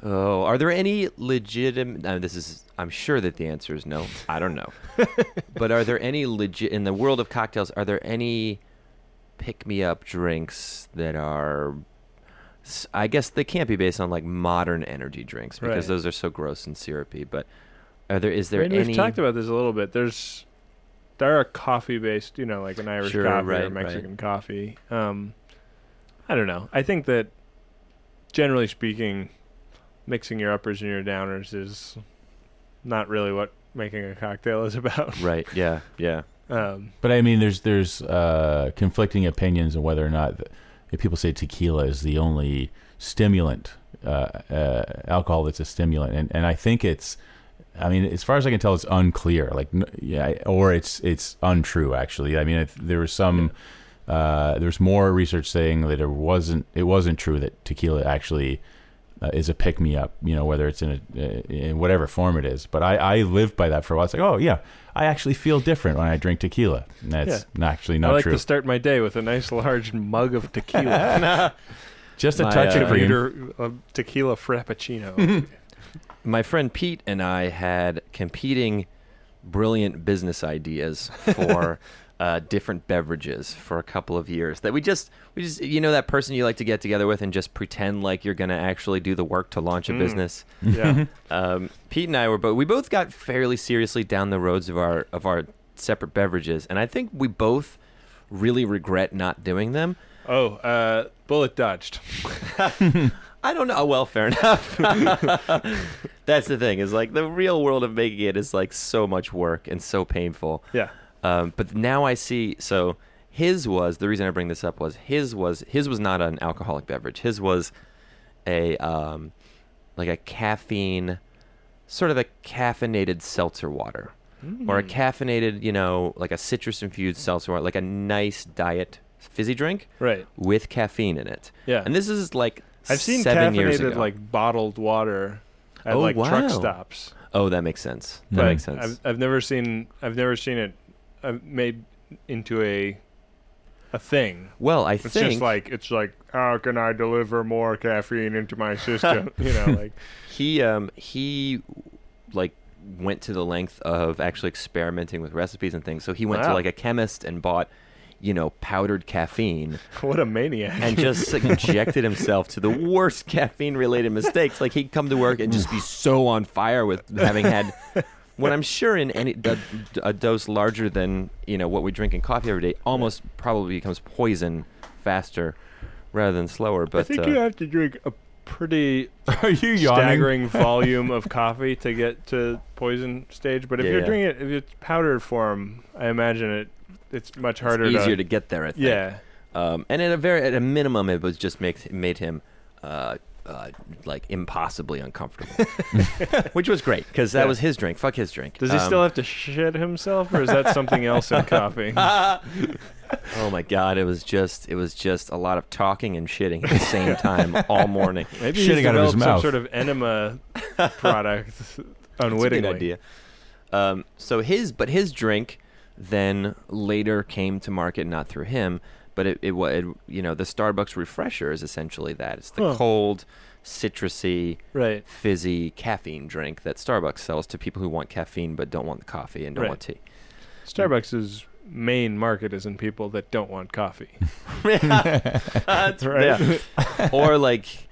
C: Oh, are there any legitimate? Uh, this is. I'm sure that the answer is no. I
B: [LAUGHS]
C: don't know. but are there any legit in the world of cocktails? Are there any pick me up drinks that are? s- I guess they can't be based on like modern energy drinks
B: Right.
C: because those are so gross and syrupy. But are there? Is there
B: I mean,
C: any?
B: We've talked about this a little bit. There's there are coffee based, you know, like an Irish
C: Sure,
B: coffee
C: right,
B: or
C: right.
B: Mexican coffee. Um, I don't know. I think that generally speaking, mixing your uppers and your downers is not really what making a cocktail is [LAUGHS] about.
C: right. Yeah. Yeah.
B: Um,
D: but I mean, there's there's uh, conflicting opinions on whether or not th- if people say tequila is the only stimulant, uh, uh, alcohol that's a stimulant, and and I think it's. I mean, as far as I can tell, it's unclear. Like, n- yeah, I- or it's it's untrue. Actually, I mean, if there was some, uh, there was more research saying that it wasn't it wasn't true that tequila actually uh, is a pick me up. You know, whether it's in a uh, in whatever form it is. But I I lived by that for a while. It's like, oh yeah, I actually feel different when I drink tequila. And that's not actually
B: I
D: not
B: like
D: true.
B: to start my day with a nice large mug of
C: [LAUGHS]
B: tequila. [LAUGHS]
D: Just a
C: My,
D: touch
C: uh,
D: of green.
B: Liter of
D: [LAUGHS]
B: tequila frappuccino.
C: my friend Pete and I had competing brilliant business ideas for uh, different beverages for a couple of years that we just we just you know that person you like to get together with and just pretend like you're going to actually do the work to launch a
B: Mm.
C: business.
B: yeah.
C: Um, Pete and I were both we both got fairly seriously down the roads of our of our separate beverages and I think we both really regret not doing them.
B: Oh, uh, bullet dodged. [LAUGHS]
C: I don't know. Oh, well, fair [LAUGHS] enough. That's the thing is like the real world of making it is like so much work and so painful.
B: Yeah.
C: Um, but now I see. So his was the reason I bring this up was his was his was not an alcoholic beverage. His was a um, like a caffeine, sort of a caffeinated seltzer water or a
B: Hmm. Mm.
C: caffeinated, you know, like a citrus infused seltzer water, like a nice diet fizzy drink
B: Right.
C: with caffeine in it.
B: Yeah.
C: And this is like
B: I've seen
C: seven years
B: caffeinated
C: ago.
B: like bottled water at
C: Oh,
B: like truck
C: wow.
B: stops.
C: oh, that makes sense. That
D: But
C: makes sense.
B: I've I've never seen I've never seen it uh, made into a a thing.
C: well, I
B: It's
C: think
B: just like it's like how can I deliver more caffeine into my
C: [LAUGHS]
B: system? you know, like
C: he um he like went to the length of actually experimenting with recipes and things. So he went to
B: Wow.
C: like a chemist and bought you know powdered caffeine
B: what a maniac.
C: and just subjected himself to the worst [LAUGHS] caffeine related mistakes like he'd come to work and just be so on fire with having had what i'm sure in any a, a dose larger than you know what we drink in coffee every day almost probably becomes poison faster rather than slower but
B: I think
C: uh,
B: you have to drink a pretty
D: [LAUGHS] Are you
C: [LAUGHS]
B: staggering volume of coffee to get to poison stage. But if
C: Yeah,
B: you're
C: yeah.
B: doing it, if it's powdered form, I imagine it it's much harder.
C: it's easier to get there. I think.
B: yeah.
C: Um, and at a very at a minimum, it was just makes made him uh, uh, like impossibly
B: [LAUGHS]
C: uncomfortable, which was great because that
B: Yeah.
C: was his drink. Fuck his drink.
B: Does he
C: Um,
B: still have to shit himself, or is that something else in coffee?
C: [LAUGHS] Ah, oh my god! It was just it was just a lot of talking and shitting at the
B: [LAUGHS]
C: same time all morning.
B: Maybe
D: Shitting
B: he's
D: out of his mouth.
B: developed some sort of
C: [LAUGHS]
B: enema product unwittingly.
C: That's a good idea. Um, so his, but his drink then later came to market not through him, but it, it was you know the Starbucks refresher is essentially that. It's the
B: Huh.
C: cold, citrusy,
B: Right.
C: fizzy caffeine drink that Starbucks sells to people who want caffeine but don't want the coffee and don't
B: Right.
C: want tea.
B: Starbucks' main market is in people that don't want coffee.
C: [LAUGHS]
B: [LAUGHS]
C: That's
B: right.
C: yeah. or like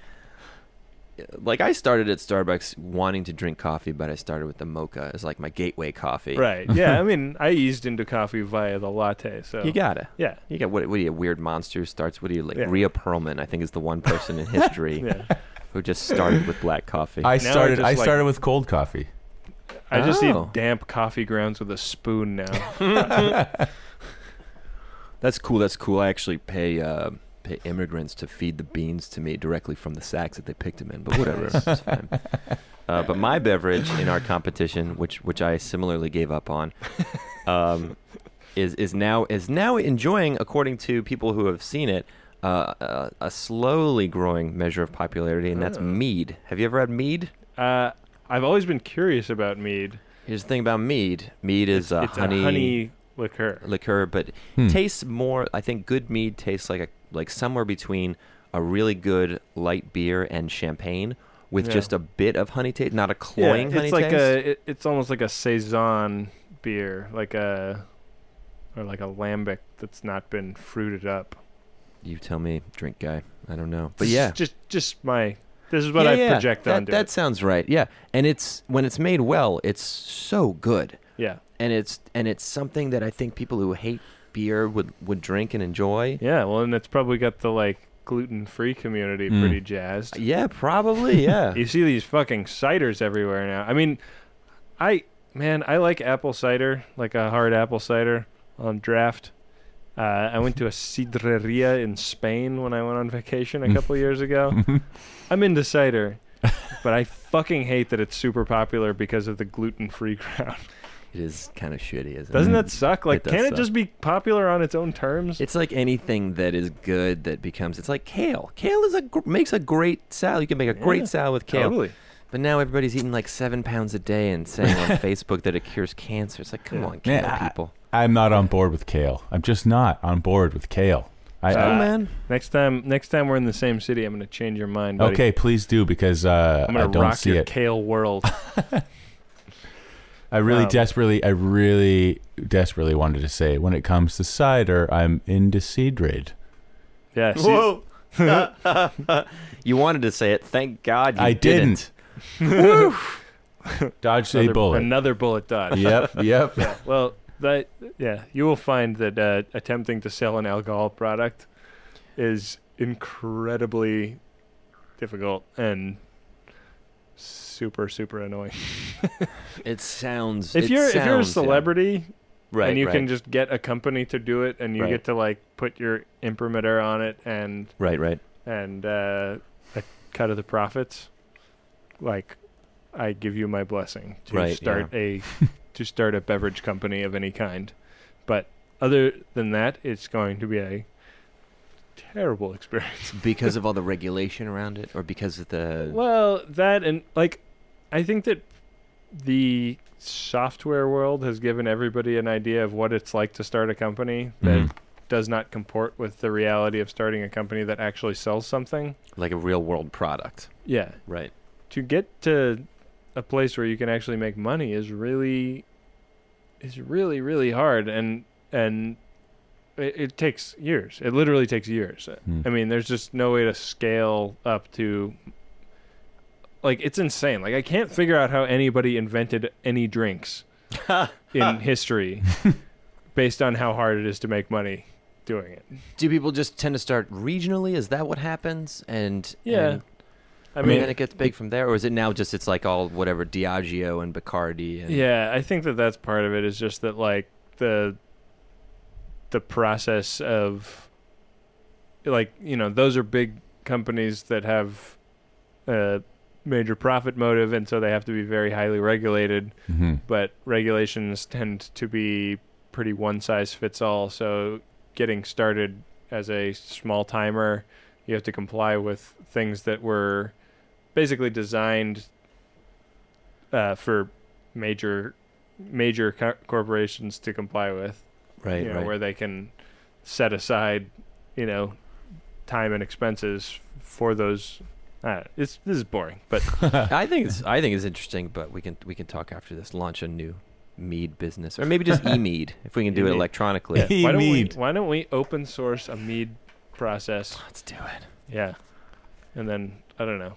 C: like I started at Starbucks wanting to drink coffee, but I started with the mocha as like my gateway coffee.
B: [LAUGHS] right. Yeah. I mean, I eased into coffee via the latte. So
C: You gotta.
B: yeah.
C: You got what? What do you? Weird monster starts. What do you like?
B: Yeah. [LAUGHS]
C: Rhea Perlman, I think, is the one person in history
B: Yeah.
C: who just started with black coffee.
D: I
B: Now I
D: started.
B: just
D: I
B: like-
D: started with cold coffee.
B: I just
C: Oh.
B: eat damp coffee grounds with a spoon now.
C: That's cool. That's cool. I actually pay uh, pay immigrants to feed the beans to me directly from the sacks that they picked them in. But whatever, it's
B: [LAUGHS]
C: fine. Uh, but my beverage in our competition, which which I similarly gave up on, um, is is now is now enjoying, according to people who have seen it, uh, a, a slowly growing measure of popularity, and that's
B: Oh.
C: mead. Have you ever had mead?
B: uh, I've always been curious about mead.
C: Here's the thing about mead. Mead is uh,
B: it's a honey liqueur.
C: liqueur, but
D: Hmm.
C: tastes more. I think good mead tastes like a like somewhere between a really good light beer and champagne with
B: Yeah.
C: just a bit of honey taste, not a
B: Yeah,
C: cloying honey
B: it's like
C: taste.
B: a. it- it's almost like a saison beer, like a, or like a lambic that's not been fruited up.
C: you tell me, drink guy. I don't know, but yeah.
B: just just my. This is what
C: Yeah,
B: I
C: yeah,
B: project
C: that,
B: onto.
C: That sounds right. Yeah, and it's when it's made well, it's so good,
B: it. Yeah,
C: and it's and it's something that I think people who hate beer would would drink and enjoy.
B: yeah. Well, and it's probably got the like gluten free community
C: Hmm.
D: Mm.
B: pretty jazzed.
C: Yeah, probably.
B: [LAUGHS]
C: Yeah.
B: You see these fucking ciders everywhere now. I mean, I man, I like apple cider, like a hard apple cider on draft. Uh, I went to a sidreria in Spain when I went on vacation
D: [LAUGHS]
B: a couple years ago. I'm into cider, but I fucking hate that it's super popular because of the gluten-free crowd. [LAUGHS]
C: it is kind of shitty, isn't
B: Doesn't
C: it?
D: Mm.
B: that suck? Like,
C: does
B: can it
C: suck.
B: just be popular on its own terms?
C: It's like anything that is good that becomes. It's like kale. Kale is a gr- makes a great salad. You can make a
B: Yeah, Oh.
C: great salad with kale.
B: Totally.
C: But now everybody's eating like seven pounds a day and saying
B: [LAUGHS]
C: on Facebook that it cures cancer. It's like, come
B: Yeah.
C: on, kale
D: Man, I-
C: people.
D: I'm not on board with kale. I'm just not on board with kale. I,
B: So,
C: oh
B: Uh,
C: man,
B: Next time, next time we're in the same city, I'm gonna change your mind. Buddy.
D: okay, please do because uh,
B: I'm
D: I
B: gonna
D: don't
B: rock
D: see
B: your
D: it.
B: kale
D: [LAUGHS]
B: world.
D: I really
B: Um,
D: desperately, I really desperately wanted to say when it comes to cider, I'm indecidrate.
B: Yeah. see- [LAUGHS]
C: Whoa. [LAUGHS] you wanted to say it. Thank God you
D: I
C: didn't.
D: didn't. Dodged a
B: another,
D: bullet.
B: Another bullet
D: [LAUGHS]
B: dodge.
D: yep, yep.
B: [LAUGHS] Well, that yeah, you will find that uh, attempting to sell an alcohol product is incredibly difficult and super super annoying.
C: It sounds.
B: If
C: it
B: you're if you're a
C: sounds, yeah.
B: celebrity
C: right,
B: and you
C: right,
B: can just get a company to do it and you
C: Right.
B: get to like put your imprimatur on it and
C: right, right.
B: and uh, a cut of the profits, like I give you my blessing to
C: Right,
B: start a [LAUGHS] to start a beverage company of any kind. But other than that, it's going to be a terrible experience.
C: Because of all the regulation around it, or because of the
B: Well, that and like I think that the software world has given everybody an idea of what it's like to start a company that
D: Mhm.
B: does not comport with the reality of starting a company that actually sells something.
C: like a real world product,
B: Yeah.
C: right?
B: to get to a place where you can actually make money is really is really really hard and and it, it takes years it literally takes years
D: Hmm.
B: i mean there's just no way to scale up to like it's insane like i can't figure out how anybody invented any [LAUGHS] drinks in history based on how hard it is to make money doing it
C: Do people just tend to start regionally? Is that what happens? And
B: Yeah.
C: and,
B: i
C: I mean,
B: mean
C: then it gets big from there, or is it now just it's like all whatever Diageo and Bacardi? And,
B: Yeah, I think that that's part of it. Is just that like the the process of like you know those are big companies that have a major profit motive, and so they have to be very highly regulated.
D: Mhm.
B: But regulations tend to be pretty one size fits all. So getting started as a small timer, you have to comply with things that were basically designed uh, for major major co- corporations to comply with
C: right,
B: you know
C: right.
B: where they can set aside you know time and expenses for those I don't- it's this is boring but
C: [LAUGHS] I think it's I think it's interesting, but we can we can talk after this. Launch a new mead business, or maybe
B: [LAUGHS]
C: just e mead if we can do it
B: E-mead.
C: electronically.
D: Yeah.
B: why don't we
D: Mead.
B: why don't we open source a mead process
C: Let's do it.
B: yeah and then i don't know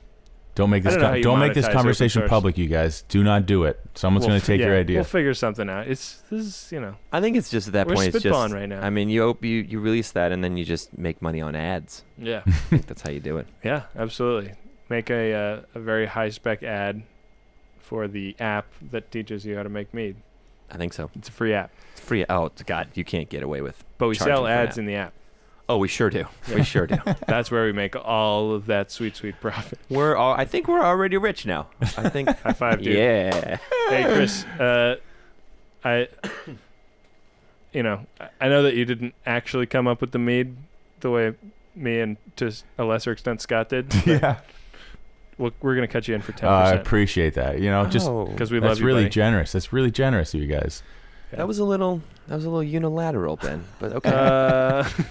D: Don't make
B: I
D: this.
B: don't know
D: con-
B: how you
D: don't make this
B: monetize open
D: conversation
B: source.
D: public, you guys. Do not do it. Someone's
B: We'll
D: going
B: f-
D: to take
B: yeah,
D: your idea.
B: we'll figure something out it's this is you know
C: I think it's just at that
B: We're
C: point. It's just
B: spitballing right now.
C: I mean, you op- you you release that, and then you just make money on ads.
B: yeah
C: I think that's how you do it.
B: yeah absolutely make a uh, a very high spec ad for the app that teaches you how to make mead.
C: I think so.
B: It's a free app,
C: It's free. Oh God, you can't get away with.
B: but we
C: charging
B: sell
C: for
B: ads
C: that.
B: in the app.
C: Oh, we sure do. We sure do.
B: That's where we make all of that sweet sweet profit.
C: We're all. I think we're already rich now. [LAUGHS] I think.
B: High five, dude.
C: yeah.
B: Hey Chris, uh, I, [COUGHS] you know, I- I know that you didn't actually come up with the mead the way me and to s- a lesser extent Scott
D: [LAUGHS]
B: did.
C: [LAUGHS]
B: but
D: yeah.
B: we'll, we're gonna cut you in for ten
D: I
B: percent
D: appreciate that. You know, just
C: Oh,
B: because we
D: Uh, that's
B: love you,
D: really
B: buddy.
D: generous. That's really generous of you guys.
C: that was a little. That was a little unilateral, Ben. But okay,
B: uh,
C: okay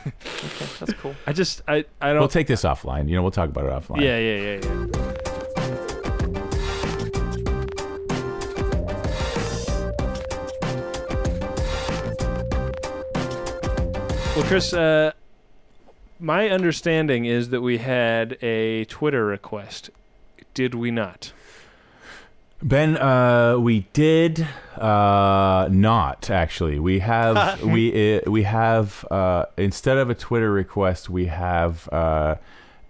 C: that's cool.
B: I just I I
D: We'll
B: don't.
D: take this offline. You know, we'll talk about it offline.
B: yeah, yeah, yeah, yeah. Well, Chris, uh, my understanding is that we had a Twitter request. Did we not?
D: Ben, uh, we did uh, not actually. We
B: [LAUGHS]
D: have we uh, we have uh, instead of a Twitter request, we have uh,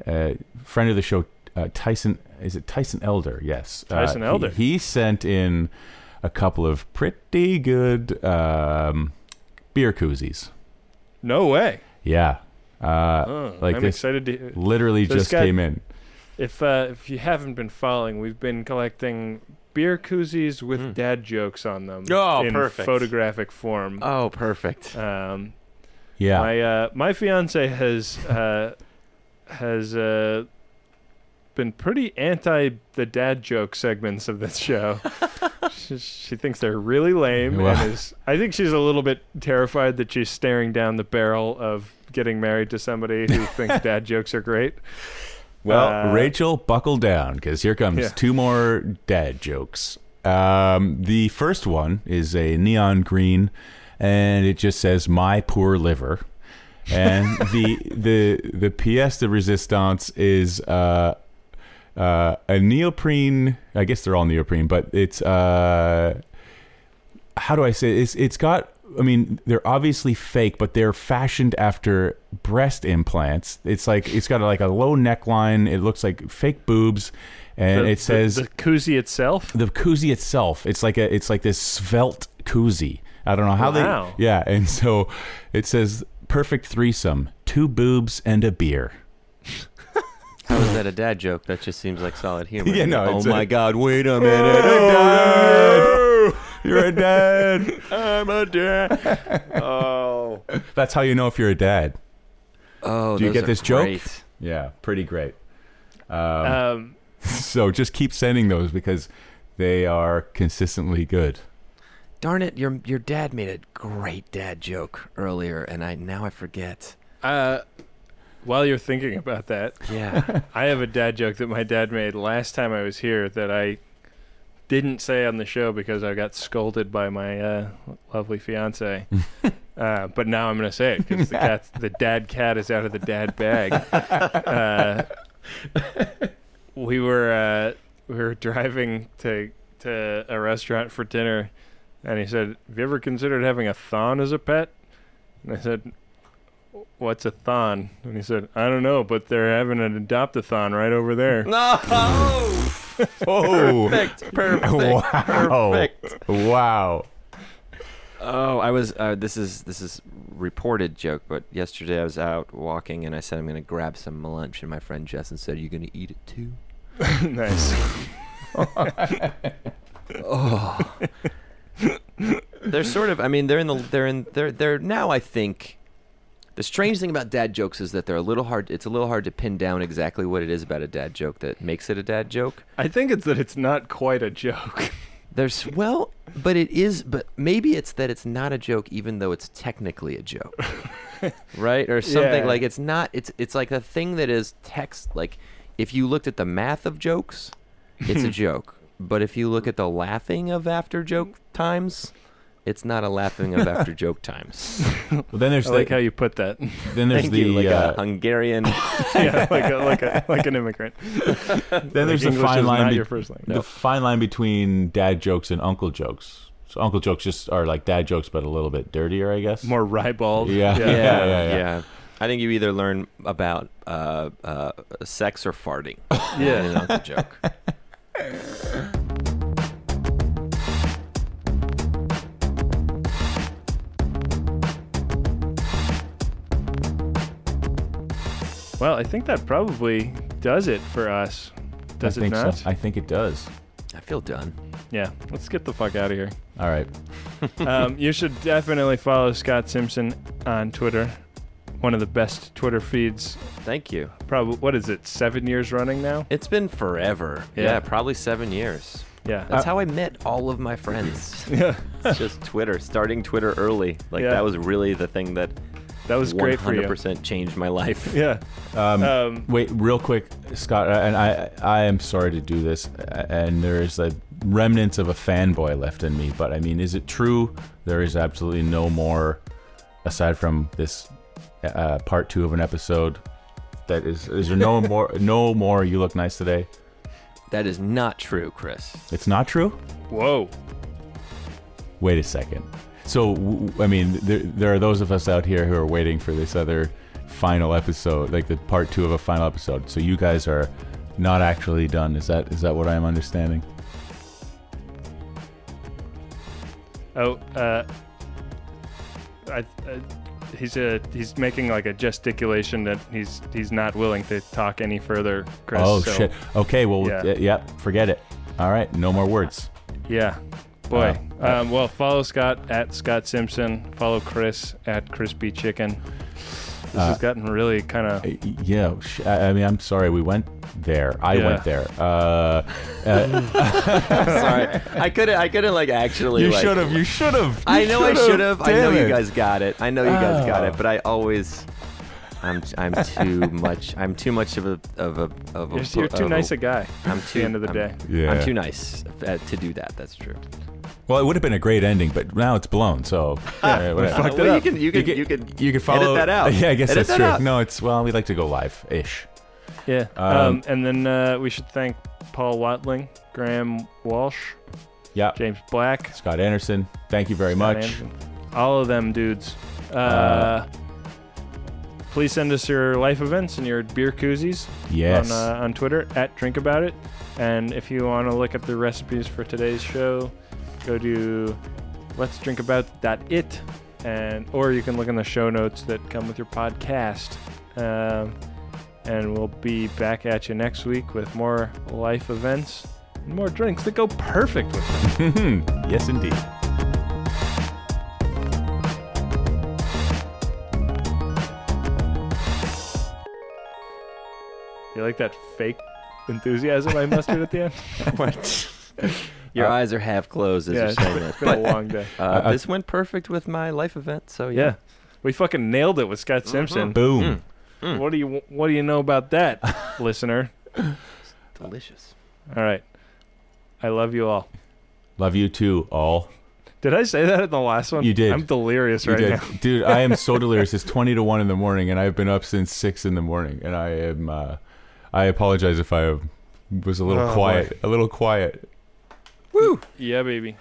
D: a friend of the show uh, Tyson. Is it Tyson Elder? Yes, Uh,
B: Tyson Elder.
D: He, he sent in a couple of pretty good um, beer koozies.
B: No way.
D: Yeah, uh,
B: Oh,
D: like
B: I'm
D: this-
B: excited to.
D: literally
B: So this
D: just
B: guy-
D: came in.
B: If uh, if you haven't been following, we've been collecting beer koozies with
D: Hmm.
C: Mm.
B: dad jokes on them
C: Oh,
B: in
C: perfect.
B: photographic form.
C: Oh, perfect.
B: Um,
D: Yeah,
B: My uh, my fiance has uh, has uh, been pretty anti the dad joke segments of
D: [LAUGHS]
B: this show. she, she thinks they're really lame,
D: Well.
B: and is I think she's a little bit terrified that she's staring down the barrel of getting married to somebody
D: [LAUGHS]
B: who thinks dad jokes are great.
D: Well,
B: Uh,
D: Rachel, buckle down because here comes
B: Yeah.
D: two more dad jokes. Um, the first one is a neon green, and it just says "My poor liver," and the [LAUGHS] the the pièce de résistance is uh, uh, a neoprene. I guess they're all neoprene, but it's uh, how do I say it? it's it's got I mean they're obviously fake, but they're fashioned after breast implants. It's like it's got like a low neckline. It looks like fake boobs, and
B: The-
D: it says
B: the,
D: the,
B: the koozie itself.
D: koozie itself. It's like a it's like this svelte koozie. I don't know how
B: Wow.
D: they yeah. And so it says perfect threesome: two boobs and a beer.
C: How is that a dad joke? That just seems like solid humor.
D: Yeah, no,
C: Oh
D: it's a-
C: my God! Wait a minute.
D: [LAUGHS] You're a dad.
C: I'm a dad. Oh.
D: That's how you know if you're a dad.
C: Oh.
D: Do you
C: those
D: get
C: are
D: this joke?
C: great.
D: Yeah, pretty great. Uh,
B: Um,
D: [LAUGHS] so just keep sending those because they are consistently good.
C: Darn it! Your your dad made a great dad joke earlier, and I now I forget.
B: uh, while you're thinking about that,
C: [LAUGHS]
D: [LAUGHS]
C: Yeah.
B: I have a dad joke that my dad made last time I was here that I didn't say on the show because I got scolded by my uh, lovely fiance. uh, but now I'm going to say it because the cat, the dad cat, is out of the dad bag. Uh, we were uh, we were driving to to a restaurant for dinner, and he said, "Have you ever considered having a thon as a pet?" And I said, What's a thon? And he said, I don't know, but they're having an adopt a thon right over there. [LAUGHS]
C: no.
D: [LAUGHS] Oh,
C: Perfect.
D: [LAUGHS]
C: Perfect.
D: wow.
C: Perfect.
D: [LAUGHS] Wow.
C: Oh, I was. Uh, this is this is reported joke, but yesterday I was out walking and I said I'm gonna grab some lunch, and my friend Justin said, "You gonna eat it too?"
B: nice.
C: Oh. they're sort of. I mean, they're in the. They're in. They're. They're now. I think. The strange thing about dad jokes is that they're a little hard. It's a little hard to pin down exactly what it is about a dad joke that makes it a dad joke.
B: I think it's that it's not quite
D: [LAUGHS]
B: a joke.
C: There's well, but it is. But maybe it's that it's not a joke, even though it's technically
D: [LAUGHS]
C: a joke, right? Or something
B: Yeah.
C: like it's not. It's it's like a thing that is text. Like if you looked at the math of jokes,
D: [LAUGHS]
C: it's a joke. But if you look at the laughing of after joke times, it's not a laughing of
D: [LAUGHS]
C: after joke times.
D: Well, then there's
B: I like
D: the,
B: how you
D: [LAUGHS]
B: put that. [LAUGHS]
D: then there's
C: Thank
D: the
C: you, like
D: uh, [LAUGHS]
C: a Hungarian.
B: yeah, like a, like a, like an immigrant.
D: then there's
B: like
D: the
B: English
D: fine
B: is
D: line
B: not
D: be-
B: your first language.
D: the fine line between dad jokes and uncle jokes. So uncle jokes just are like dad jokes, but a little bit dirtier, I guess.
B: More ribald.
D: Yeah. [LAUGHS]
C: yeah,
D: Yeah, yeah, yeah.
C: yeah. I think you either learn about uh, uh, sex or farting.
B: Yeah.
C: And that's a joke.
B: Well, I think that probably does it for us. Does
D: I
B: it
D: think
B: not?
D: so. I think it does.
C: I feel done.
B: yeah. Let's get the fuck out of here.
D: All right.
B: um, you should definitely follow Scott Simpson on Twitter. One of the best Twitter feeds.
C: Thank you.
B: Probably what is it? Seven years running now.
C: It's been forever.
B: Yeah.
C: Yeah, probably seven years.
B: Yeah.
C: That's how I met all of my friends.
B: [LAUGHS] yeah.
C: it's just Twitter, starting Twitter early. Like
B: Yeah.
C: that was really the thing that
B: That was great for you.
C: 100% changed my life.
B: [LAUGHS] Yeah.
D: Um,
B: Um,
D: Wait, real quick, Scott, uh, and I, I am sorry to do this, uh, and there is a remnants of a fanboy left in me. But I mean, is it true? There is absolutely no more, aside from this uh, part two of an episode. That is, is there no more? No more. You look nice today.
C: That is not true,
B: [LAUGHS]
C: Chris.
D: It's not true.
B: whoa.
D: Wait a second. So, w- w- I mean, there, there are those of us out here who are waiting for this other final episode, like the part two of a final episode. So you guys are not actually done. Is that is that what I'm understanding?
B: Oh. Uh, I, I, he's a, he's making like a gesticulation that he's he's not willing to talk any further. Chris.
D: oh
B: so,
D: shit. Okay. Well,
B: Yeah.
D: yeah. yeah. Forget it. All right. No more words.
B: Yeah. Boy.
D: Uh, uh.
B: um, well, follow Scott at Scott Simpson. Follow Chris at Crispy Chicken. This has gotten really kind of.
D: Y- Yeah. sh- I I mean, I'm sorry. We went there. I
B: Yeah.
D: went there.
B: [LAUGHS]
D: Uh, uh,
C: Sorry. I couldn't I couldn't like actually like
D: have. You should have.
C: I know I should have. I know you guys got it. I know you guys got
D: Oh.
C: it, but I always I'm I'm
B: [LAUGHS]
C: too much. I'm too much of a of a of a
B: You're, you're too
C: of
B: nice a guy.
C: uh, I'm
B: at
C: too
B: the end of the
C: I'm,
B: day.
D: Yeah.
C: I'm too nice uh, to do that. That's true.
D: Well, it would have been a great ending, but now it's blown.
B: [LAUGHS]
D: So yeah, whatever.
B: fucked
C: well,
B: it
C: you
B: up.
C: can you can you
D: could-
C: can
D: you can follow
C: edit that
D: [LAUGHS]
C: out.
D: Yeah, I guess
C: Edit
D: that's
C: that
D: true.
C: out.
D: No, it's well, we like to go live ish.
B: Yeah. Um,
D: Um,
B: and then uh, we should thank Paul Watling, Graham Walsh,
D: Yeah,
B: James Black,
D: Scott Anderson, thank you very
B: Scott
D: much.
B: Anderson. all of them dudes. Uh,
D: Uh,
B: please send us your life events and your beer koozies
D: Yes,
B: on uh, on Twitter at Drink About It. And if you want to look up the recipes for today's show, go to Let's Drink It, and or you can look in the show notes that come with your podcast. Um, and we'll be back at you next week with more life events, and more drinks that go perfect with them.
C: uh,
D: [LAUGHS] yes, indeed.
B: You like that fake enthusiasm I mustered at the
D: [LAUGHS]
B: end?
C: [LAUGHS] Your
D: Uh,
C: eyes are half closed as
B: yeah,
C: you're
B: it's [LAUGHS]
C: saying
B: been,
C: this.
B: it's been
C: But
B: a long day.
C: uh,
D: I- I-
C: this went perfect with my life event.
D: Oh,
C: So yeah. Mm.
B: Yeah. We fucking nailed it with
C: Mm-hmm.
B: Scott Simpson.
D: Boom.
C: Hmm.
B: What do you What do you know about
C: [LAUGHS]
B: that, listener?
C: delicious.
B: All right, I love you all.
D: Love you too, all.
B: Did I say that in the last one?
D: You did.
B: I'm delirious
D: You
B: right
D: did.
B: now.
C: [LAUGHS]
D: dude. I am so delirious. It's twenty to one in the morning, and I've been up since six in the morning. And I am. Uh, I apologize if I was a little
B: Oh, boy.
D: quiet. A little quiet.
B: Yeah, baby.